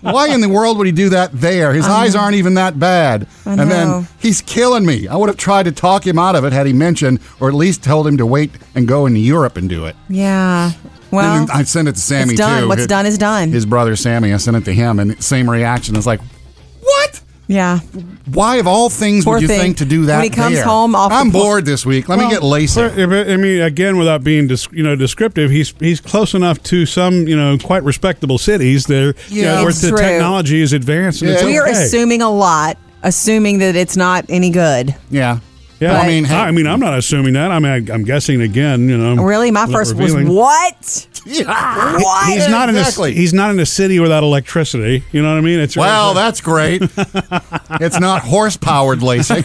[SPEAKER 1] Why in the world would he do that there? His eyes aren't even that bad.
[SPEAKER 2] I
[SPEAKER 1] And
[SPEAKER 2] know.
[SPEAKER 1] then he's killing me. I would have tried to talk him out of it had he mentioned, or at least told him to wait and go into Europe and do it.
[SPEAKER 2] Yeah. Well,
[SPEAKER 1] and I sent it to Sammy
[SPEAKER 2] it's done.
[SPEAKER 1] too.
[SPEAKER 2] What's
[SPEAKER 1] his,
[SPEAKER 2] done is done.
[SPEAKER 1] His brother Sammy. I sent it to him, and same reaction. It's like, what?
[SPEAKER 2] yeah.
[SPEAKER 1] Why of all things
[SPEAKER 2] Poor
[SPEAKER 1] would you
[SPEAKER 2] thing.
[SPEAKER 1] think to do that?
[SPEAKER 2] When he comes
[SPEAKER 1] there?
[SPEAKER 2] home off the
[SPEAKER 1] I'm
[SPEAKER 2] pl-
[SPEAKER 1] bored this week. Let me get LASIK.
[SPEAKER 3] But- but, I mean, again, without being dis- you know descriptive, he's he's close enough to some you know quite respectable cities there, you
[SPEAKER 1] Yeah.
[SPEAKER 3] know, where
[SPEAKER 2] It's
[SPEAKER 3] the
[SPEAKER 2] true.
[SPEAKER 3] technology is advanced. And
[SPEAKER 1] Yeah.
[SPEAKER 3] it's
[SPEAKER 2] We are
[SPEAKER 3] okay.
[SPEAKER 2] assuming a lot, assuming that it's not any good.
[SPEAKER 1] yeah.
[SPEAKER 3] Yeah,
[SPEAKER 1] Well, I mean, hey,
[SPEAKER 3] I mean, I'm not assuming that. I mean, I, I'm guessing again. You know,
[SPEAKER 2] Really? My
[SPEAKER 3] without
[SPEAKER 2] first
[SPEAKER 3] revealing.
[SPEAKER 2] was what?
[SPEAKER 1] Yeah.
[SPEAKER 2] What?
[SPEAKER 3] He's not
[SPEAKER 1] Exactly.
[SPEAKER 3] in a he's not in a city without electricity. You know what I mean? It's
[SPEAKER 1] Well, that's great. it's not horse powered LASIK.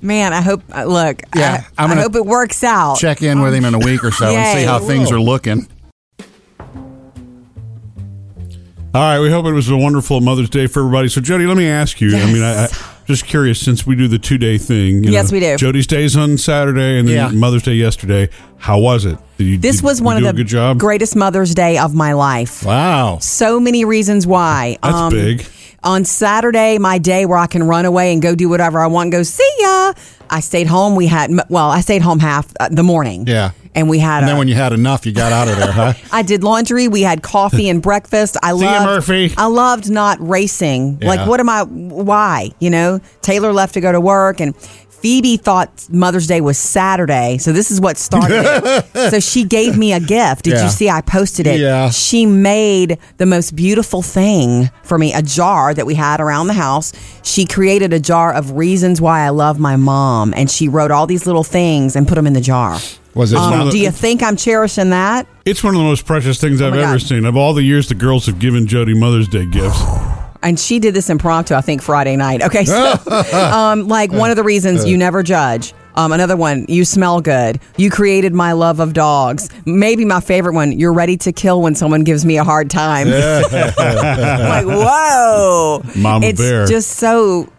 [SPEAKER 2] Man, I hope, uh, look,
[SPEAKER 1] Yeah,
[SPEAKER 2] I,
[SPEAKER 1] I'm
[SPEAKER 2] I
[SPEAKER 1] gonna
[SPEAKER 2] hope it works out.
[SPEAKER 1] Check in with him in a week or so and see
[SPEAKER 2] Yay.
[SPEAKER 1] how things are looking.
[SPEAKER 3] All right, we hope it was a wonderful Mother's Day for everybody. So, Jody, let me ask you. I mean, I, I just curious since we do the two day thing. you
[SPEAKER 2] Yes, we do.
[SPEAKER 3] Jody's Day's on Saturday, and then
[SPEAKER 1] Yeah.
[SPEAKER 3] Mother's Day yesterday. How was it? Did you,
[SPEAKER 2] This
[SPEAKER 3] did
[SPEAKER 2] was
[SPEAKER 3] you
[SPEAKER 2] one of
[SPEAKER 3] do
[SPEAKER 2] the
[SPEAKER 3] a good job.
[SPEAKER 2] greatest Mother's Day of my life.
[SPEAKER 1] Wow.
[SPEAKER 2] So many reasons why. Um,
[SPEAKER 3] That's big.
[SPEAKER 2] On Saturday, my day where I can run away and go do whatever I want, and go see ya. I stayed home. We had well, I stayed home half uh, the morning.
[SPEAKER 1] Yeah.
[SPEAKER 2] and we had.
[SPEAKER 1] And
[SPEAKER 2] a-
[SPEAKER 1] then when you had enough, you got out of there, huh?
[SPEAKER 2] I did laundry. We had coffee and breakfast. I
[SPEAKER 3] ya,
[SPEAKER 2] loved
[SPEAKER 3] Murphy.
[SPEAKER 2] I loved not racing.
[SPEAKER 1] Yeah.
[SPEAKER 2] Like, what am I? Why? You know, Taylor left to go to work, and Phoebe thought Mother's Day was Saturday, so this is what started it. So she gave me a gift. Did
[SPEAKER 1] Yeah.
[SPEAKER 2] you see? I posted it.
[SPEAKER 1] Yeah.
[SPEAKER 2] She made the most beautiful thing for me a jar that we had around the house. She created a jar of reasons why I love my mom, and she wrote all these little things and put them in the jar.
[SPEAKER 1] Was it
[SPEAKER 2] Um,
[SPEAKER 3] one of the-
[SPEAKER 2] do you think I'm cherishing that?
[SPEAKER 3] It's one of the most precious things I've
[SPEAKER 2] Oh my
[SPEAKER 3] ever
[SPEAKER 2] God.
[SPEAKER 3] seen. Of all the years the girls have given Jody Mother's Day gifts,
[SPEAKER 2] and she did this impromptu, I think, Friday night. Okay, so um, like one of the reasons you never judge. Um, another one, you smell good. You created my love of dogs. Maybe my favorite one, you're ready to kill when someone gives me a hard time. like, whoa.
[SPEAKER 3] Mama
[SPEAKER 2] it's
[SPEAKER 3] Bear.
[SPEAKER 2] just so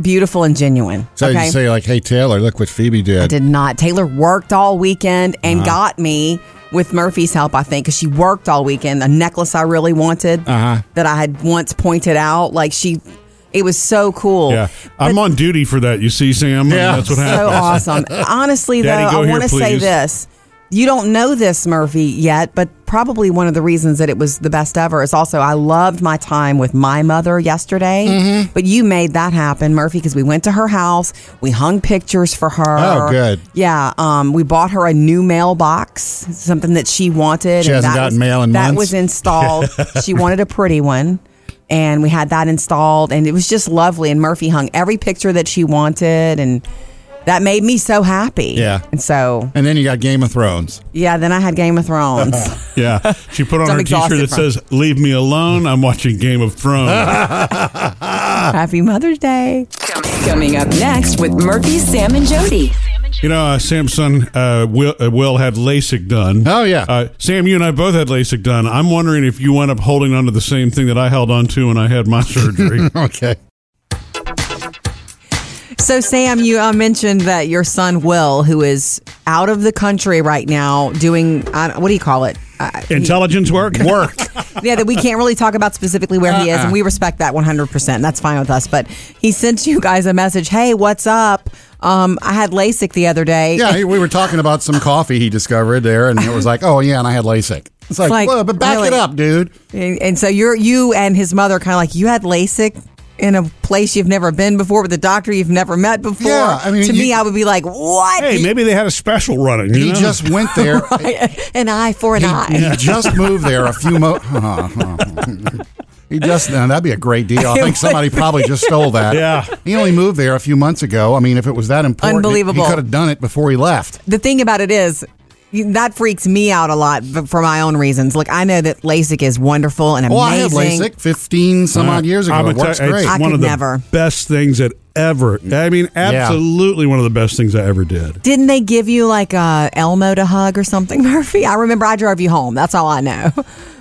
[SPEAKER 2] beautiful and genuine.
[SPEAKER 1] so
[SPEAKER 2] okay?
[SPEAKER 1] you say, like, hey, Taylor, look what Phoebe did.
[SPEAKER 2] I did not. Taylor worked all weekend and got me with Murphy's help, I think, because she worked all weekend. A necklace I really wanted that I had once pointed out. Like she, it was so cool.
[SPEAKER 3] yeah, I'm on duty for that. You see, Sam,
[SPEAKER 1] Yeah.
[SPEAKER 3] that's what
[SPEAKER 2] So
[SPEAKER 3] happens.
[SPEAKER 2] awesome. Honestly,
[SPEAKER 3] Daddy, go
[SPEAKER 2] though, I
[SPEAKER 3] here,
[SPEAKER 2] want to say
[SPEAKER 3] please.
[SPEAKER 2] this. You don't know this, Murphy, yet, but probably one of the reasons that it was the best ever is also I loved my time with my mother yesterday.
[SPEAKER 3] Mm-hmm.
[SPEAKER 2] But you made that happen, Murphy, because we went to her house. We hung pictures for her.
[SPEAKER 1] Oh, good.
[SPEAKER 2] Yeah. Um, we bought her a new mailbox, something that she wanted.
[SPEAKER 1] She hasn't gotten
[SPEAKER 2] was,
[SPEAKER 1] mail in
[SPEAKER 2] That
[SPEAKER 1] months.
[SPEAKER 2] was installed. she wanted a pretty one. And we had that installed, and it was just lovely. And Murphy hung every picture that she wanted, and that made me so happy.
[SPEAKER 1] Yeah.
[SPEAKER 2] And so,
[SPEAKER 1] And then you got Game of Thrones.
[SPEAKER 2] yeah, then I had Game of Thrones.
[SPEAKER 3] Yeah, she put on
[SPEAKER 2] So I'm
[SPEAKER 3] her T-shirt
[SPEAKER 2] exhausted
[SPEAKER 3] that
[SPEAKER 2] from-
[SPEAKER 3] says "Leave me alone. I'm watching Game of Thrones."
[SPEAKER 2] Happy Mother's Day.
[SPEAKER 5] Coming up next with Murphy, Sam, and Jody.
[SPEAKER 3] you know, uh, Sam's son uh, Will, uh, Will had LASIK done.
[SPEAKER 1] Oh, yeah.
[SPEAKER 3] uh, Sam, you and I both had LASIK done. I'm wondering if you wound up holding on to the same thing that I held on to when I had my surgery.
[SPEAKER 1] Okay.
[SPEAKER 2] So, Sam, you uh, mentioned that your son Will, who is out of the country right now doing, uh, what do you call it? Uh,
[SPEAKER 3] Intelligence work. Work.
[SPEAKER 2] yeah, that we can't really talk about specifically where he is,
[SPEAKER 1] Uh-uh.
[SPEAKER 2] and we respect that 100%. That's fine with us. But he sent you guys a message Hey, what's up? Um, I had LASIK the other day.
[SPEAKER 1] Yeah, he- we were talking about some coffee he discovered there, and it was like, oh, yeah, and I had LASIK. It's like,
[SPEAKER 2] like,
[SPEAKER 1] "Whoa, but back
[SPEAKER 2] really?
[SPEAKER 1] it up, dude.
[SPEAKER 2] And, and so you're you and his mother kind of like you had LASIK in a place you've never been before with a doctor you've never met before.
[SPEAKER 1] Yeah, I mean,
[SPEAKER 2] to me,
[SPEAKER 1] you-
[SPEAKER 2] I would be like, what?
[SPEAKER 3] Hey, maybe they had a special running. You
[SPEAKER 1] He
[SPEAKER 3] know?
[SPEAKER 1] just went there.
[SPEAKER 2] an eye for an eye.
[SPEAKER 1] He, he just moved there a few mo. he just now, that'd be a great deal. I think somebody probably just stole that.
[SPEAKER 3] Yeah.
[SPEAKER 1] he only moved there a few months ago. I mean, if it was that important,
[SPEAKER 2] Unbelievable.
[SPEAKER 1] He could have done it before he left.
[SPEAKER 2] the thing about it is you- that freaks me out a lot but for my own reasons. Look, I know that LASIK is wonderful and
[SPEAKER 1] Well, Oh, I had
[SPEAKER 2] amazing. Uh,
[SPEAKER 1] LASIK fifteen some odd years ago.
[SPEAKER 3] I'm
[SPEAKER 1] It
[SPEAKER 3] gonna
[SPEAKER 1] works
[SPEAKER 3] Uh, tell you,
[SPEAKER 1] great.
[SPEAKER 3] It's
[SPEAKER 2] I
[SPEAKER 3] one
[SPEAKER 2] could
[SPEAKER 3] of the
[SPEAKER 2] never.
[SPEAKER 3] best things that ever. I mean, absolutely one of the best things I ever did.
[SPEAKER 2] Didn't they give you like a Elmo to hug or something, Murphy? I remember I drove you home. That's all I know.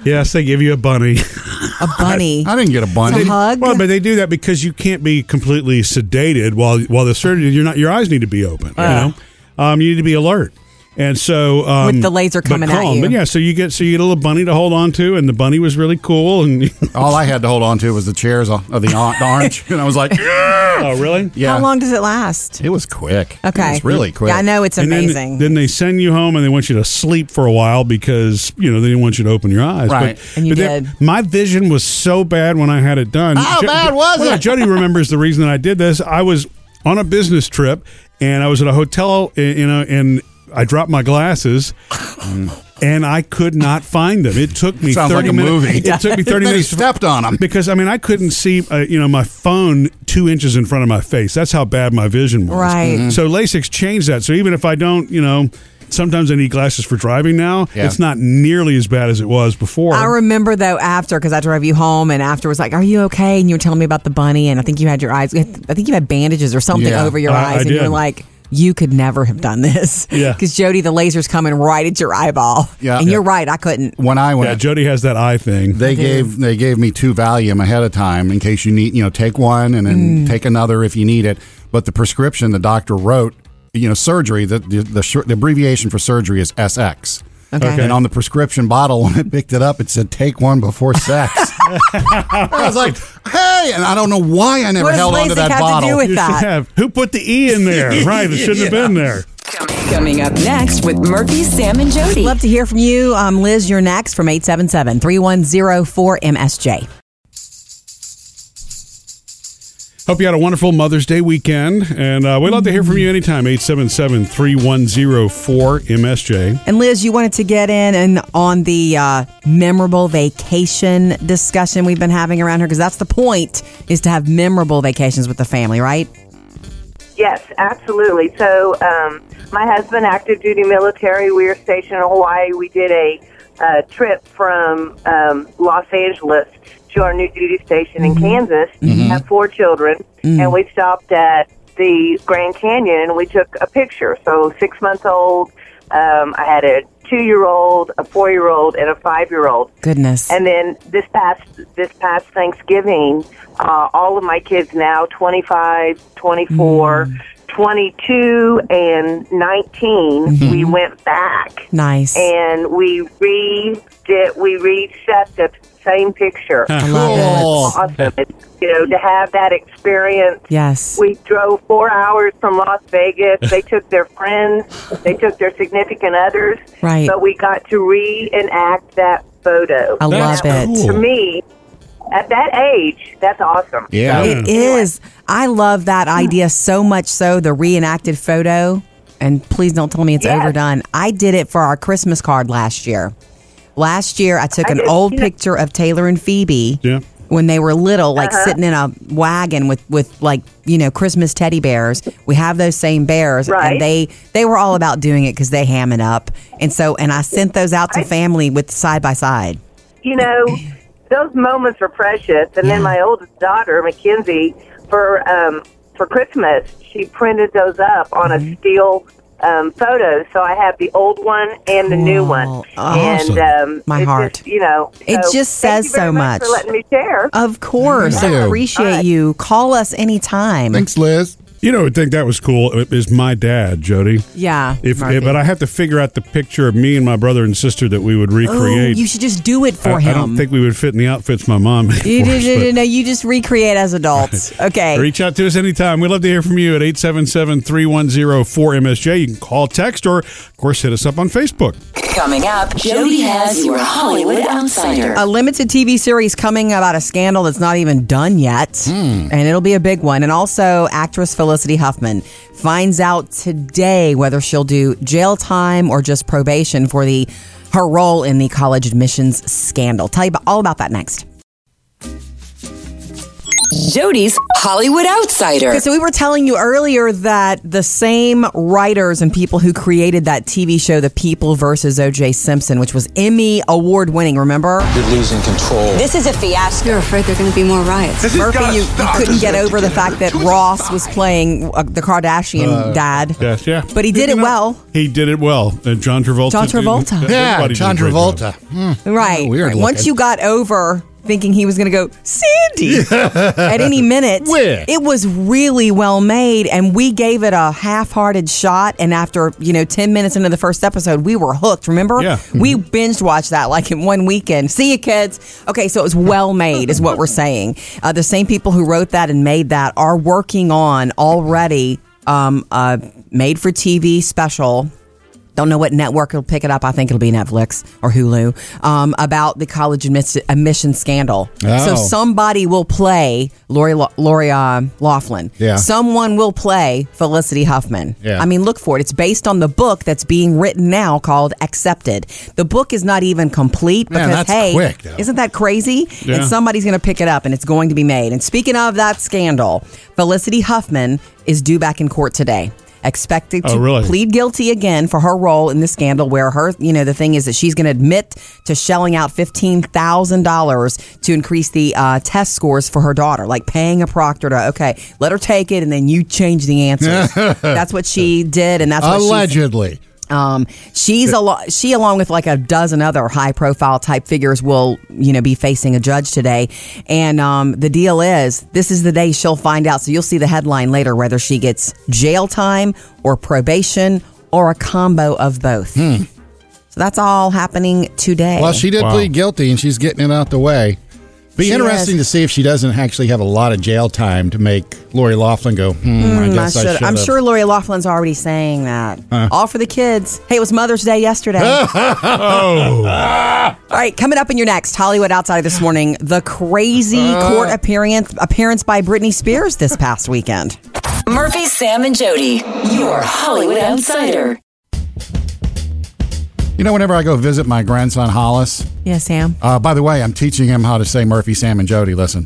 [SPEAKER 3] Yes, they give you a bunny.
[SPEAKER 2] A bunny.
[SPEAKER 1] I didn't get a bunny.
[SPEAKER 2] It's a hug.
[SPEAKER 3] Well, but they do that because you can't be completely sedated while while the surgery. You're not. Your eyes need to be open. You know, um, you need to be alert. And so um,
[SPEAKER 2] With the laser
[SPEAKER 3] but
[SPEAKER 2] coming at
[SPEAKER 3] calm.
[SPEAKER 2] you.
[SPEAKER 3] But yeah, so you get so you get a little bunny to hold on to, and the bunny was really cool. And
[SPEAKER 1] All I had to hold on to was the chairs of of the aunt orange, and I was like, yeah.
[SPEAKER 3] oh, really?
[SPEAKER 1] yeah.
[SPEAKER 2] How long does it last?
[SPEAKER 1] It was quick.
[SPEAKER 2] Okay.
[SPEAKER 1] it was really quick.
[SPEAKER 2] Yeah, I know it's
[SPEAKER 3] And then-
[SPEAKER 2] amazing.
[SPEAKER 3] Then, they send you home and they want you to sleep for a while because you know they didn't want you to open your eyes.
[SPEAKER 1] Right.
[SPEAKER 3] But,
[SPEAKER 2] And you
[SPEAKER 3] but that-
[SPEAKER 2] did.
[SPEAKER 3] my vision was so bad when I had it done.
[SPEAKER 1] How bad was
[SPEAKER 3] well,
[SPEAKER 1] it?
[SPEAKER 3] yeah, Jody remembers the reason that I did this. I was on a business trip and I was at a hotel, i- you know, and I dropped my glasses. And I could not find them. It took me
[SPEAKER 1] Sounds like
[SPEAKER 3] thirty
[SPEAKER 1] a
[SPEAKER 3] minutes.
[SPEAKER 1] movie.
[SPEAKER 3] It took me thirty
[SPEAKER 1] Then he
[SPEAKER 3] minutes. to-
[SPEAKER 1] stepped on them.
[SPEAKER 3] because I mean I couldn't see uh, you know my phone two inches in front of my face. That's how bad my vision was.
[SPEAKER 2] Right.
[SPEAKER 1] Mm-hmm.
[SPEAKER 2] Mhm.
[SPEAKER 3] So LASIK's changed that. So even if I don't, you know, sometimes I need glasses for driving now.
[SPEAKER 1] Yeah.
[SPEAKER 3] It's not nearly as bad as it was before.
[SPEAKER 2] I remember though after because I drove you home and after was like, "Are you okay?" And you were telling me about the bunny and I think you had your eyes. I think you had bandages or something
[SPEAKER 1] Yeah,
[SPEAKER 2] over your
[SPEAKER 3] I-
[SPEAKER 2] eyes,
[SPEAKER 3] I
[SPEAKER 2] and you were
[SPEAKER 3] did.
[SPEAKER 2] like, "You could never have done this."
[SPEAKER 3] Yeah.
[SPEAKER 2] because Jody, the laser's coming right at your eyeball.
[SPEAKER 1] Yeah.
[SPEAKER 2] and
[SPEAKER 1] Yeah.
[SPEAKER 2] you're right. I couldn't.
[SPEAKER 1] When I went,
[SPEAKER 3] yeah, Jody has that eye thing.
[SPEAKER 1] They gave they gave me two Valium ahead of time in case you need you know take one and
[SPEAKER 2] Mm.
[SPEAKER 1] then take another if you need it. But the prescription the doctor wrote, you know, surgery the the, the, short, the abbreviation for surgery is SX.
[SPEAKER 2] Okay. Okay.
[SPEAKER 1] And on the prescription bottle when I picked it up, it said take one before sex. I was like, hey, and I don't know why I never
[SPEAKER 2] What does
[SPEAKER 1] held on to
[SPEAKER 2] LASIK
[SPEAKER 1] that
[SPEAKER 2] have to
[SPEAKER 1] bottle.
[SPEAKER 2] do with
[SPEAKER 3] you should
[SPEAKER 2] that.
[SPEAKER 3] have. Who put the E in there? Right. It shouldn't have been there.
[SPEAKER 5] Coming up next with Murphy, Sam, and Jody.
[SPEAKER 2] Love to hear from you, um, Liz. You're next from 877-3104-MSJ.
[SPEAKER 3] Hope you had a wonderful Mother's Day weekend. And uh, we'd love to hear from you anytime. 877 310 4MSJ.
[SPEAKER 2] And Liz, you wanted to get in and on the uh, memorable vacation discussion we've been having around here because that's the point is to have memorable vacations with the family, right?
[SPEAKER 4] Yes, absolutely. So, um, my husband, active duty military, we were stationed in Hawaii. We did a uh, trip from um, Los Angeles to our new duty station in Kansas. Had four children, and we stopped at the Grand Canyon and we took a picture. So, six months old. Um, I had a two year old, a four year old, and a five year old.
[SPEAKER 2] Goodness.
[SPEAKER 4] And then this past this past Thanksgiving, uh, all of my kids now 25, 24,
[SPEAKER 2] Mm.
[SPEAKER 4] 22, and 19,
[SPEAKER 2] Mm-hmm.
[SPEAKER 4] we went back
[SPEAKER 2] nice.
[SPEAKER 4] and we redid we reset the same picture.
[SPEAKER 2] I love
[SPEAKER 1] Cool.
[SPEAKER 2] it.
[SPEAKER 4] Awesome. You know, to have that experience
[SPEAKER 2] Yes.
[SPEAKER 4] we drove four hours from Las Vegas. They took their friends, they took their significant others.
[SPEAKER 2] Right.
[SPEAKER 4] But we got to reenact that photo.
[SPEAKER 2] I love
[SPEAKER 3] That's
[SPEAKER 2] it.
[SPEAKER 3] cool.
[SPEAKER 4] To me, at that age, that's awesome.
[SPEAKER 1] Yeah.
[SPEAKER 2] It is. I love that
[SPEAKER 4] Mm.
[SPEAKER 2] idea so much so the reenacted photo. And please don't tell me it's
[SPEAKER 4] Yes.
[SPEAKER 2] overdone. I did it for our Christmas card last year. Last year, I took
[SPEAKER 4] I
[SPEAKER 2] an
[SPEAKER 4] did
[SPEAKER 2] old
[SPEAKER 4] see that.
[SPEAKER 2] picture of Taylor and Phoebe
[SPEAKER 3] Yeah.
[SPEAKER 2] when they were little, like sitting in a wagon with, with like, you know, Christmas teddy bears. We have those same bears.
[SPEAKER 4] Right.
[SPEAKER 2] And they, they were all about doing it because they ham it up. And so, and I sent those out to family with side by side.
[SPEAKER 4] You know, those moments are precious. And then my oldest daughter, Mackenzie, for um, for Christmas, she printed those up on
[SPEAKER 2] Mm-hmm.
[SPEAKER 4] a steel um, photo. So I have the old one and the new
[SPEAKER 2] Cool.
[SPEAKER 4] one.
[SPEAKER 2] Awesome.
[SPEAKER 4] And um,
[SPEAKER 2] My
[SPEAKER 4] it's
[SPEAKER 2] heart.
[SPEAKER 4] just, you know,
[SPEAKER 2] It
[SPEAKER 4] so
[SPEAKER 2] just
[SPEAKER 4] thank you
[SPEAKER 2] says
[SPEAKER 4] very
[SPEAKER 2] so
[SPEAKER 4] much for
[SPEAKER 2] much.
[SPEAKER 4] letting me share.
[SPEAKER 2] Of course.
[SPEAKER 1] Thank you.
[SPEAKER 2] Appreciate you. Call us anytime.
[SPEAKER 1] Thanks, Liz.
[SPEAKER 3] You know, I think that was cool. uh, Is my dad, Jody?
[SPEAKER 2] Yeah,
[SPEAKER 3] If,
[SPEAKER 2] Murphy.
[SPEAKER 3] but I have to figure out the picture of me and my brother and sister that we would
[SPEAKER 2] Oh,
[SPEAKER 3] recreate.
[SPEAKER 2] you should just do it for
[SPEAKER 3] I,
[SPEAKER 2] him.
[SPEAKER 3] I don't think we would fit in the outfits my mom. Made
[SPEAKER 2] you
[SPEAKER 3] for
[SPEAKER 2] did,
[SPEAKER 3] us,
[SPEAKER 2] did,
[SPEAKER 3] but-
[SPEAKER 2] no, you just recreate as adults. Okay.
[SPEAKER 3] Reach out to us anytime. We'd love to hear from you at 877 310 4MSJ. You can call, text, or, of course, hit us up on Facebook.
[SPEAKER 5] Coming up, Jody has your Hollywood Outsider.
[SPEAKER 2] a limited TV series coming about a scandal that's not even done yet, and it'll be a big one. And also, actress Felicity Huffman finds out today whether she'll do jail time or just probation for the her role in the college admissions scandal. Tell you about, all about that next.
[SPEAKER 5] Jody's Hollywood Outsider.
[SPEAKER 2] Okay, so we were telling you earlier that the same writers and people who created that TV show, The People versus O.J. Simpson, which was Emmy award winning, remember?
[SPEAKER 7] You're losing control.
[SPEAKER 8] This is a fiasco.
[SPEAKER 9] You're afraid there are going to be more riots.
[SPEAKER 2] Murphy, you, you couldn't get over the fact that Ross was playing uh, the Kardashian dad.
[SPEAKER 3] Uh, Yes, yeah.
[SPEAKER 2] But he did it
[SPEAKER 3] You know,
[SPEAKER 2] well.
[SPEAKER 3] He did it well. Uh, John Travolta.
[SPEAKER 2] John
[SPEAKER 3] did-
[SPEAKER 2] Travolta.
[SPEAKER 1] Yeah,
[SPEAKER 3] everybody did a
[SPEAKER 1] John
[SPEAKER 3] great job.
[SPEAKER 1] Travolta.
[SPEAKER 2] Right.
[SPEAKER 1] weird
[SPEAKER 2] right. Once
[SPEAKER 1] looking.
[SPEAKER 2] you got over thinking he was going to go, Sandy, at any minute,
[SPEAKER 1] Where?
[SPEAKER 2] it was really well made. And we gave it a half hearted shot. And after, you know, 10 minutes into the first episode, we were hooked. Remember?
[SPEAKER 3] Yeah.
[SPEAKER 2] We
[SPEAKER 1] Mm-hmm.
[SPEAKER 2] binge watched that like in one weekend. See you, kids. Okay. So it was well made, is what we're saying. Uh, the same people who wrote that and made that are working on already um, a made for TV special don't know what network will pick it up. I think it'll be Netflix or Hulu um, about the college admiss- admission scandal. So
[SPEAKER 1] Oh.
[SPEAKER 2] somebody will play Lori, Lo- Lori uh, Laughlin.
[SPEAKER 1] Yeah.
[SPEAKER 2] Someone will play Felicity Huffman.
[SPEAKER 1] Yeah.
[SPEAKER 2] I mean, look for it. It's based on the book that's being written now called Accepted. The book is not even complete
[SPEAKER 1] Man,
[SPEAKER 2] because,
[SPEAKER 1] that's
[SPEAKER 2] hey,
[SPEAKER 1] quick, though.
[SPEAKER 2] isn't that crazy?
[SPEAKER 3] Yeah.
[SPEAKER 2] And somebody's going to pick it up and it's going to be made. And speaking of that scandal, Felicity Huffman is due back in court today. Expected to
[SPEAKER 3] Oh, really?
[SPEAKER 2] plead plead guilty again for her role in the scandal where her, you know, the thing is that she's going to admit to shelling out $15,000 to increase the uh, test scores for her daughter, like paying a proctor to, okay, let her take it and then you change the answers. that's what she did. And that's what she's
[SPEAKER 1] Allegedly.
[SPEAKER 2] um, she's a lo- she along with like a dozen other high profile type figures will you know be facing a judge today, and um, the deal is this is the day she'll find out. So you'll see the headline later whether she gets jail time or probation or a combo of both. So that's all happening today.
[SPEAKER 1] Hmm. Well, she did
[SPEAKER 3] Wow.
[SPEAKER 1] plead guilty and she's getting it out the way. Be
[SPEAKER 2] She
[SPEAKER 1] interesting
[SPEAKER 2] is.
[SPEAKER 1] to see if she doesn't actually have a lot of jail time to make Lori Laughlin go, hmm, I
[SPEAKER 2] I
[SPEAKER 1] guess I
[SPEAKER 2] should,
[SPEAKER 1] should
[SPEAKER 2] I'm sure Lori Laughlin's already saying that. All for the kids. Hey, it was Mother's Day yesterday. All right, coming up in your next Hollywood Outsider this morning, the crazy court appearance appearance by Britney Spears this past weekend.
[SPEAKER 5] Murphy, Sam, and Jody. Your Hollywood Outsider.
[SPEAKER 1] You know, whenever I go visit my grandson Hollis,
[SPEAKER 2] Yeah, Sam.
[SPEAKER 1] uh, by the way, I'm teaching him how to say Murphy, Sam, and Jody. Listen,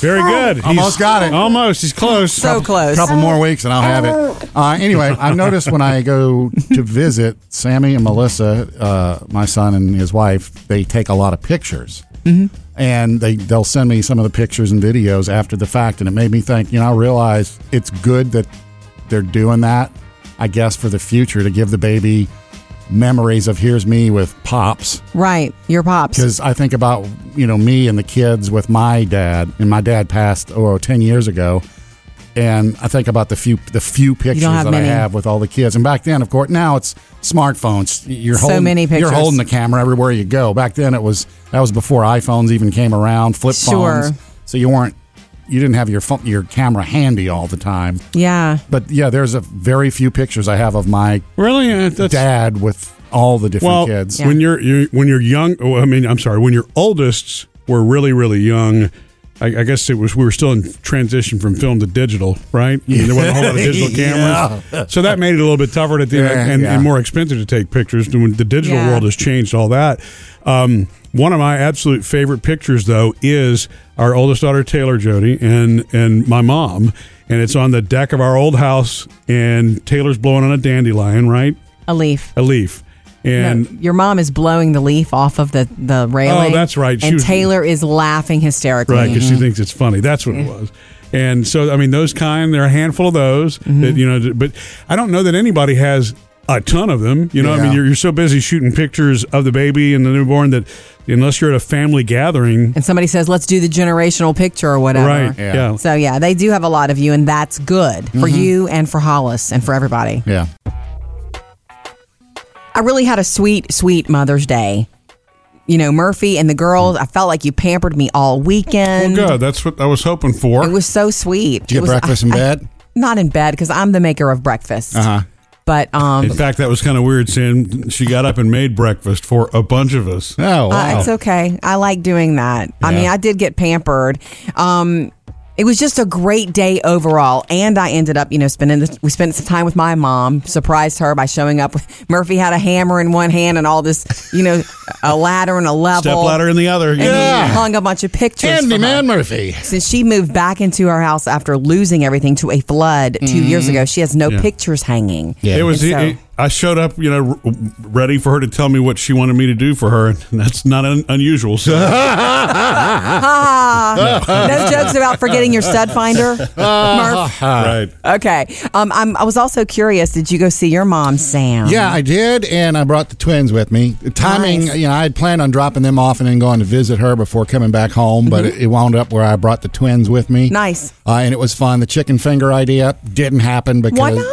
[SPEAKER 3] Very good.
[SPEAKER 1] Almost got it.
[SPEAKER 3] Almost. He's close.
[SPEAKER 2] Oh. So
[SPEAKER 1] a
[SPEAKER 2] close.
[SPEAKER 1] couple more weeks and I'll have it. Uh, anyway, I noticed when I go to visit Sammy and Melissa, uh, my son and his wife, they take a lot of pictures. Mm-hmm. And they, they'll send me some of the pictures and videos after the fact. And it made me think, you know, I realize it's good that they're doing that, I guess, for the future to give the baby memories of here's me with pops
[SPEAKER 2] Right, your pops.
[SPEAKER 1] because I think about you know me and the kids with my dad, and my dad passed oh, 10 years ago, and I think about the few the few pictures
[SPEAKER 2] have
[SPEAKER 1] that
[SPEAKER 2] many.
[SPEAKER 1] I have with all the kids. And back then, of course, now it's smartphones. You're
[SPEAKER 2] So
[SPEAKER 1] holding,
[SPEAKER 2] many pictures.
[SPEAKER 1] You're holding the camera everywhere you go. Back then, it was that was before iPhones even came around, flip
[SPEAKER 2] Sure.
[SPEAKER 1] phones, so you weren't you didn't have your phone, your camera handy all the time.
[SPEAKER 2] Yeah.
[SPEAKER 1] But yeah, there's a very few pictures I have of my
[SPEAKER 3] Really? Uh, that's-
[SPEAKER 1] dad with all the different
[SPEAKER 3] well,
[SPEAKER 1] kids.
[SPEAKER 3] when you're, you when you're young, oh, I mean, I'm sorry, when your oldest were really, really young. I, I guess it was we were still in transition from film to digital, right? I mean, there wasn't a whole lot of digital cameras, so that made it a little bit tougher to do
[SPEAKER 1] Yeah,
[SPEAKER 3] and,
[SPEAKER 1] yeah.
[SPEAKER 3] and more expensive to take pictures. When the digital
[SPEAKER 2] Yeah.
[SPEAKER 3] world has changed all that, um, one of my absolute favorite pictures though is our oldest daughter Taylor Jody and and my mom, and it's on the deck of our old house, and Taylor's blowing on a dandelion, right?
[SPEAKER 2] A leaf.
[SPEAKER 3] A leaf. And Oh,
[SPEAKER 2] your mom is blowing the leaf off of the, the railing.
[SPEAKER 3] that's right. She
[SPEAKER 2] And
[SPEAKER 3] was-
[SPEAKER 2] Taylor is laughing hysterically.
[SPEAKER 3] Right, because she thinks it's funny. That's what it was.
[SPEAKER 2] Mm-hmm.
[SPEAKER 3] And so, I mean, those kind, there are a handful of those. That, you know, but I don't know that anybody has a ton of them. You know, I mean,
[SPEAKER 1] Yeah.
[SPEAKER 3] you're, you're so busy shooting pictures of the baby and the newborn that unless you're at a family gathering,
[SPEAKER 2] and somebody says, let's do the generational picture or whatever.
[SPEAKER 3] right? Mm-hmm.
[SPEAKER 1] Yeah.
[SPEAKER 3] Yeah.
[SPEAKER 2] So, yeah, they do have a lot of you, and that's good for you and for Hollis and for everybody.
[SPEAKER 1] Yeah.
[SPEAKER 2] I really had a sweet, sweet Mother's Day. You know, Murphy and the girls, I felt like you pampered me all weekend.
[SPEAKER 3] Well, good. Oh, That's what I was hoping for.
[SPEAKER 2] It was so sweet.
[SPEAKER 1] Did you get
[SPEAKER 2] It was-
[SPEAKER 1] breakfast in
[SPEAKER 2] I- I-
[SPEAKER 1] bed?
[SPEAKER 2] not in bed because I'm the maker of breakfast.
[SPEAKER 1] Uh-huh.
[SPEAKER 2] But um,
[SPEAKER 3] in fact, that was kind of weird saying she got up and made breakfast for a bunch of us.
[SPEAKER 1] Oh, wow.
[SPEAKER 2] Uh, it's okay. I like doing that. I
[SPEAKER 1] Yeah.
[SPEAKER 2] mean, I did get pampered. Um, it was just a great day overall, and I ended up, you know, spending. The, we spent some time with my mom. Surprised her by showing up. Murphy had a hammer in one hand and all this, you know, a ladder and a level.
[SPEAKER 3] Step ladder in the other.
[SPEAKER 2] And
[SPEAKER 3] Yeah.
[SPEAKER 2] he hung a bunch of pictures. for her.
[SPEAKER 1] Handyman Murphy.
[SPEAKER 2] Since she moved back into her house after losing everything to a flood two
[SPEAKER 1] Mm-hmm.
[SPEAKER 2] years ago, she has no pictures hanging.
[SPEAKER 1] Yeah.
[SPEAKER 3] It was.
[SPEAKER 2] And so-
[SPEAKER 3] it- I showed up, you know, r- ready for her to tell me what she wanted me to do for her, and that's not un- unusual. So
[SPEAKER 2] no jokes about forgetting your stud finder, Murph.
[SPEAKER 3] right.
[SPEAKER 2] Okay. Um, I'm, I was also curious. Did you go see your mom, Sam?
[SPEAKER 1] Yeah, I did, and I brought the twins with me. The timing,
[SPEAKER 2] Nice.
[SPEAKER 1] you know, I had planned on dropping them off and then going to visit her before coming back home, but it, it wound up where I brought the twins with me.
[SPEAKER 2] Mm-hmm. Nice.
[SPEAKER 1] Uh, and it was fun. The chicken finger idea didn't happen because
[SPEAKER 2] Why not?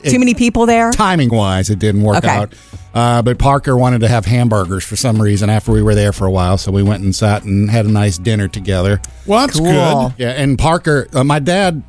[SPEAKER 1] it-
[SPEAKER 2] Too many people there.
[SPEAKER 1] timing wise, it didn't work
[SPEAKER 2] Okay.
[SPEAKER 1] out. Uh, but Parker wanted to have hamburgers for some reason after we were there for a while, so we went and sat and had a nice dinner together.
[SPEAKER 3] Well, that's
[SPEAKER 2] Cool.
[SPEAKER 3] good.
[SPEAKER 1] Yeah, and Parker, uh, my dad,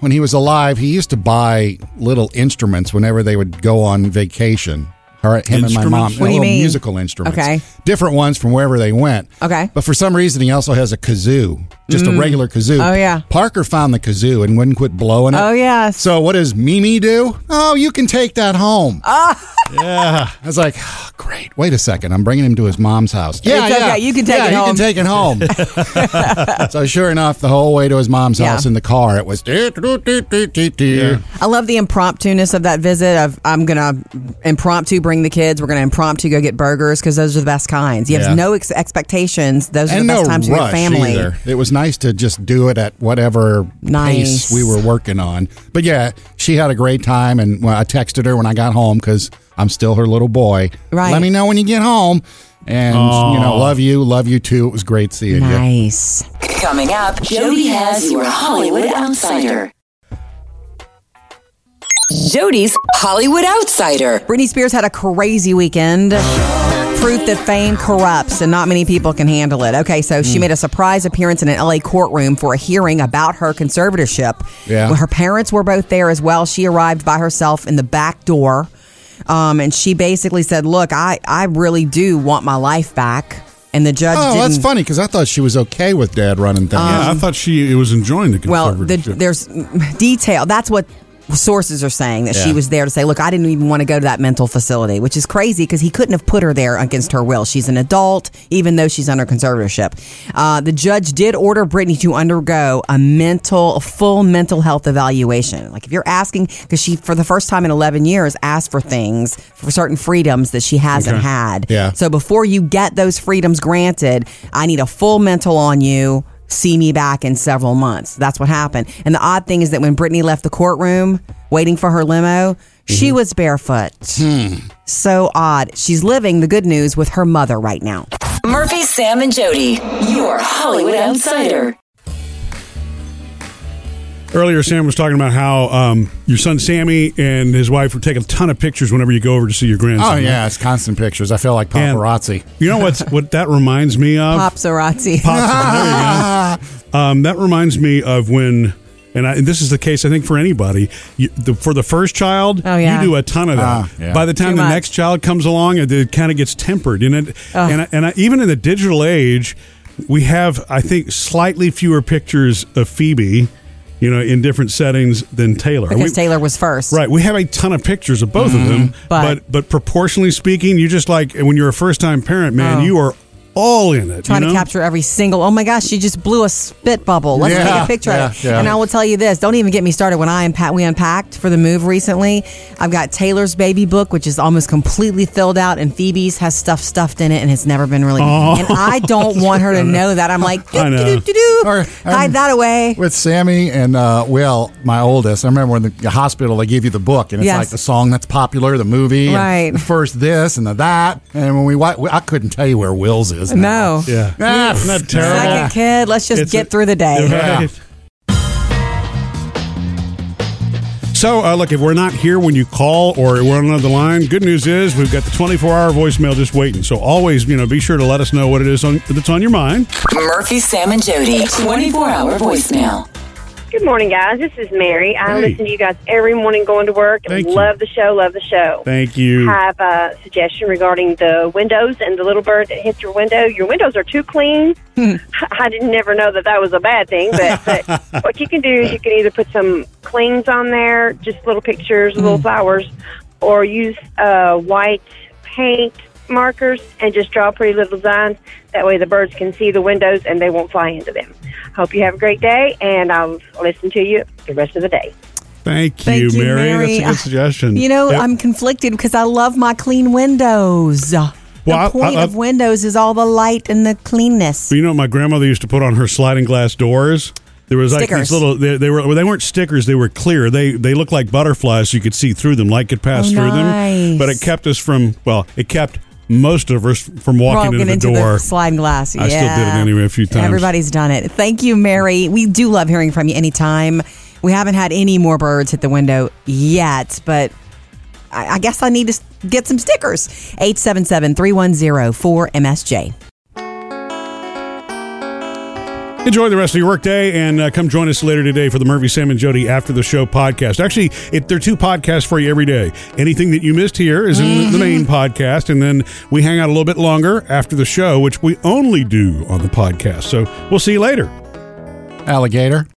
[SPEAKER 1] when he was alive, he used to buy little instruments whenever they would go on vacation. All right, him and my mom,
[SPEAKER 3] Instruments?
[SPEAKER 2] What do you
[SPEAKER 1] little
[SPEAKER 2] mean?
[SPEAKER 1] musical instruments,
[SPEAKER 2] Okay.
[SPEAKER 1] different ones from wherever they went.
[SPEAKER 2] Okay.
[SPEAKER 1] but for some reason, he also has a kazoo, just a regular kazoo.
[SPEAKER 2] Oh, yeah.
[SPEAKER 1] Parker found the kazoo and wouldn't quit blowing it.
[SPEAKER 2] Oh, yes.
[SPEAKER 1] So what does Mimi do? Oh, you can take that home.
[SPEAKER 2] Ah.
[SPEAKER 3] Yeah.
[SPEAKER 1] I was like, oh, great. Wait a second. I'm bringing him to his mom's house. Yeah,
[SPEAKER 2] It's okay.
[SPEAKER 1] yeah.
[SPEAKER 2] You can take
[SPEAKER 1] Yeah,
[SPEAKER 2] it
[SPEAKER 1] you
[SPEAKER 2] home.
[SPEAKER 1] can take it home. so sure enough, the whole way to his mom's
[SPEAKER 2] Yeah.
[SPEAKER 1] house in the car, it was. Yeah.
[SPEAKER 2] I love the impromptuness of that visit. Of I'm gonna impromptu bring the kids. We're gonna impromptu go get burgers because those are the best kinds. You have
[SPEAKER 1] Yeah.
[SPEAKER 2] no ex- expectations. Those are
[SPEAKER 1] And
[SPEAKER 2] the
[SPEAKER 1] no
[SPEAKER 2] best times with your
[SPEAKER 1] rush
[SPEAKER 2] family.
[SPEAKER 1] either. It was nice to just do it at whatever
[SPEAKER 2] Nice.
[SPEAKER 1] pace we were working on. But yeah, she had a great time, and well, I texted her when I got home because I'm still her little boy.
[SPEAKER 2] Right.
[SPEAKER 1] Let me know when you get home, and you know, love you, love you too. It was great seeing you.
[SPEAKER 2] Nice.
[SPEAKER 5] Coming up, Jody has your Hollywood Outsider. Jody's Hollywood Outsider.
[SPEAKER 2] Britney Spears had a crazy weekend. Proof that fame corrupts and not many people can handle it. Okay, so
[SPEAKER 1] Hmm.
[SPEAKER 2] she made a surprise appearance in an LA courtroom for a hearing about her conservatorship.
[SPEAKER 1] Yeah.
[SPEAKER 2] Well, Her parents were both there as well. She arrived by herself in the back door. Um, and she basically said, Look, I, I really do want my life back. And the judge
[SPEAKER 1] Oh,
[SPEAKER 2] didn't. Um,
[SPEAKER 1] that's funny because I thought she was okay with dad running things.
[SPEAKER 3] I thought she was enjoying the
[SPEAKER 2] Well, the,
[SPEAKER 3] conservatorship.
[SPEAKER 2] there's detail. That's what sources are saying that she
[SPEAKER 1] Yeah.
[SPEAKER 2] was there to say, "Look, I didn't even want to go to that mental facility," which is crazy because he couldn't have put her there against her will. She's an adult, even though she's under conservatorship. Uh, the judge did order Brittany to undergo a mental, a full mental health evaluation. Like if you're asking, because she for the first time in 11 years asked for things for certain freedoms that she hasn't
[SPEAKER 3] Okay.
[SPEAKER 2] had.
[SPEAKER 1] Yeah.
[SPEAKER 2] So before you get those freedoms granted, I need a full mental on you. See me back in several months. That's what happened. And the odd thing is that when Brittany left the courtroom waiting for her limo, she was barefoot. So odd. She's living the good news with her mother right now.
[SPEAKER 5] Murphy, Sam, and Jody, your Hollywood Outsider.
[SPEAKER 3] Earlier, Sam was talking about how um, your son Sammy and his wife would take a ton of pictures whenever you go over to see your grandson.
[SPEAKER 1] Oh
[SPEAKER 3] right?
[SPEAKER 1] yeah, it's constant pictures. I feel like
[SPEAKER 3] And
[SPEAKER 1] paparazzi.
[SPEAKER 3] you know what's what that reminds me of?
[SPEAKER 2] Paparazzi.
[SPEAKER 3] Pops- there you go. Um, that reminds me of when, and, I, and this is the case I think for anybody. You, the, for the first child,
[SPEAKER 2] Oh, yeah.
[SPEAKER 3] you do a ton of that.
[SPEAKER 1] Ah, yeah.
[SPEAKER 3] By the time
[SPEAKER 2] Too
[SPEAKER 3] the
[SPEAKER 2] much.
[SPEAKER 3] next child comes along, it, it kind of gets tempered, and it, and I, and I, even in the digital age, we have I think slightly fewer pictures of Phoebe, you know, in different settings than Taylor.
[SPEAKER 2] because
[SPEAKER 3] We-
[SPEAKER 2] Taylor was first.
[SPEAKER 3] Right, we have a ton of pictures of both of them,
[SPEAKER 2] But-
[SPEAKER 3] but but proportionally speaking, you just like when you're a first time parent, man, you are all in it.
[SPEAKER 2] Oh. trying
[SPEAKER 3] you know?
[SPEAKER 2] to capture every single. Oh my gosh, she just blew a spit bubble. Let's
[SPEAKER 1] Yeah,
[SPEAKER 2] take a picture of it.
[SPEAKER 1] yeah, yeah.
[SPEAKER 2] And I will tell you this: don't even get me started. When I unpack, we unpacked for the move recently. I've got Taylor's baby book, which is almost completely filled out, and Phoebe's has stuff stuffed in it, and it's never been released. And I don't want her to know that. I'm like,
[SPEAKER 3] Oh. I
[SPEAKER 2] doo,
[SPEAKER 3] know.
[SPEAKER 2] doo, doo, doo, doo.
[SPEAKER 1] Or, um,
[SPEAKER 2] hide that away.
[SPEAKER 1] With Sammy and uh, Will, my oldest, I remember when the hospital they give you the book and it's
[SPEAKER 2] Yes.
[SPEAKER 1] like the song that's popular, the movie, and
[SPEAKER 2] Right.
[SPEAKER 1] the first this and the that, and when we wa- I couldn't tell you where Will's is. now.
[SPEAKER 2] No.
[SPEAKER 3] Yeah.
[SPEAKER 1] Ah,
[SPEAKER 3] Isn't that
[SPEAKER 1] pff,
[SPEAKER 3] terrible?
[SPEAKER 2] Second kid, let's just
[SPEAKER 3] It's
[SPEAKER 2] get
[SPEAKER 3] a-
[SPEAKER 2] through the day.
[SPEAKER 1] Yeah.
[SPEAKER 3] Right. So, uh, look, if we're not here when you call or we're on another line, good news is we've got the 24 hour voicemail just waiting. So, always, you know, be sure to let us know what it is on, that's on your mind.
[SPEAKER 5] Murphy, Sam, and Jody. 24 hour voicemail.
[SPEAKER 4] Good morning, guys. This is Mary. I
[SPEAKER 3] Hey.
[SPEAKER 4] listen to you guys every morning going to work.
[SPEAKER 3] Thank you.
[SPEAKER 4] love the show. Love the show.
[SPEAKER 3] Thank you.
[SPEAKER 4] I have a suggestion regarding the windows and the little bird that hits your window. Your windows are too clean. I didn't never know that that was a bad thing, but, but what you can do is you can either put some clings on there, just little pictures, little flowers, or use uh, white paint markers and just draw pretty little designs. That way the birds can see the windows and they won't fly into them. Hope you have a great day, and I'll listen to you the rest of the day.
[SPEAKER 3] Thank you,
[SPEAKER 2] Thank you,
[SPEAKER 3] Mary.
[SPEAKER 2] Mary.
[SPEAKER 3] That's a good suggestion.
[SPEAKER 2] You know,
[SPEAKER 3] Yep.
[SPEAKER 2] I'm conflicted because I love my clean windows.
[SPEAKER 3] Well, I-
[SPEAKER 2] the point
[SPEAKER 3] I- I-
[SPEAKER 2] of windows is all the light and the cleanness.
[SPEAKER 3] But you know what my grandmother used to put on her sliding glass doors? There was like
[SPEAKER 2] Stickers.
[SPEAKER 3] these little. They, they were. Well, they weren't stickers. They were clear. They they looked like butterflies. So you could see through them. Light could pass
[SPEAKER 2] Oh,
[SPEAKER 3] through them.
[SPEAKER 2] nice.
[SPEAKER 3] But it kept us from. Well, it kept most of us from walking
[SPEAKER 2] Broken
[SPEAKER 3] into the
[SPEAKER 2] into
[SPEAKER 3] door.
[SPEAKER 2] the sliding glass.
[SPEAKER 3] I still did it
[SPEAKER 2] Yeah.
[SPEAKER 3] anyway a few times.
[SPEAKER 2] Everybody's done it. Thank you, Mary. We do love hearing from you anytime. We haven't had any more birds hit the window yet, but I, I guess I need to s- get some stickers. 877 310 4MSJ.
[SPEAKER 3] Enjoy the rest of your workday and uh, come join us later today for the Murphy, Sam, and Jody After the Show podcast. Actually, it, there are two podcasts for you every day. Anything that you missed here is in the main podcast, and then we hang out a little bit longer after the show, which we only do on the podcast. So we'll see you later.
[SPEAKER 1] Alligator.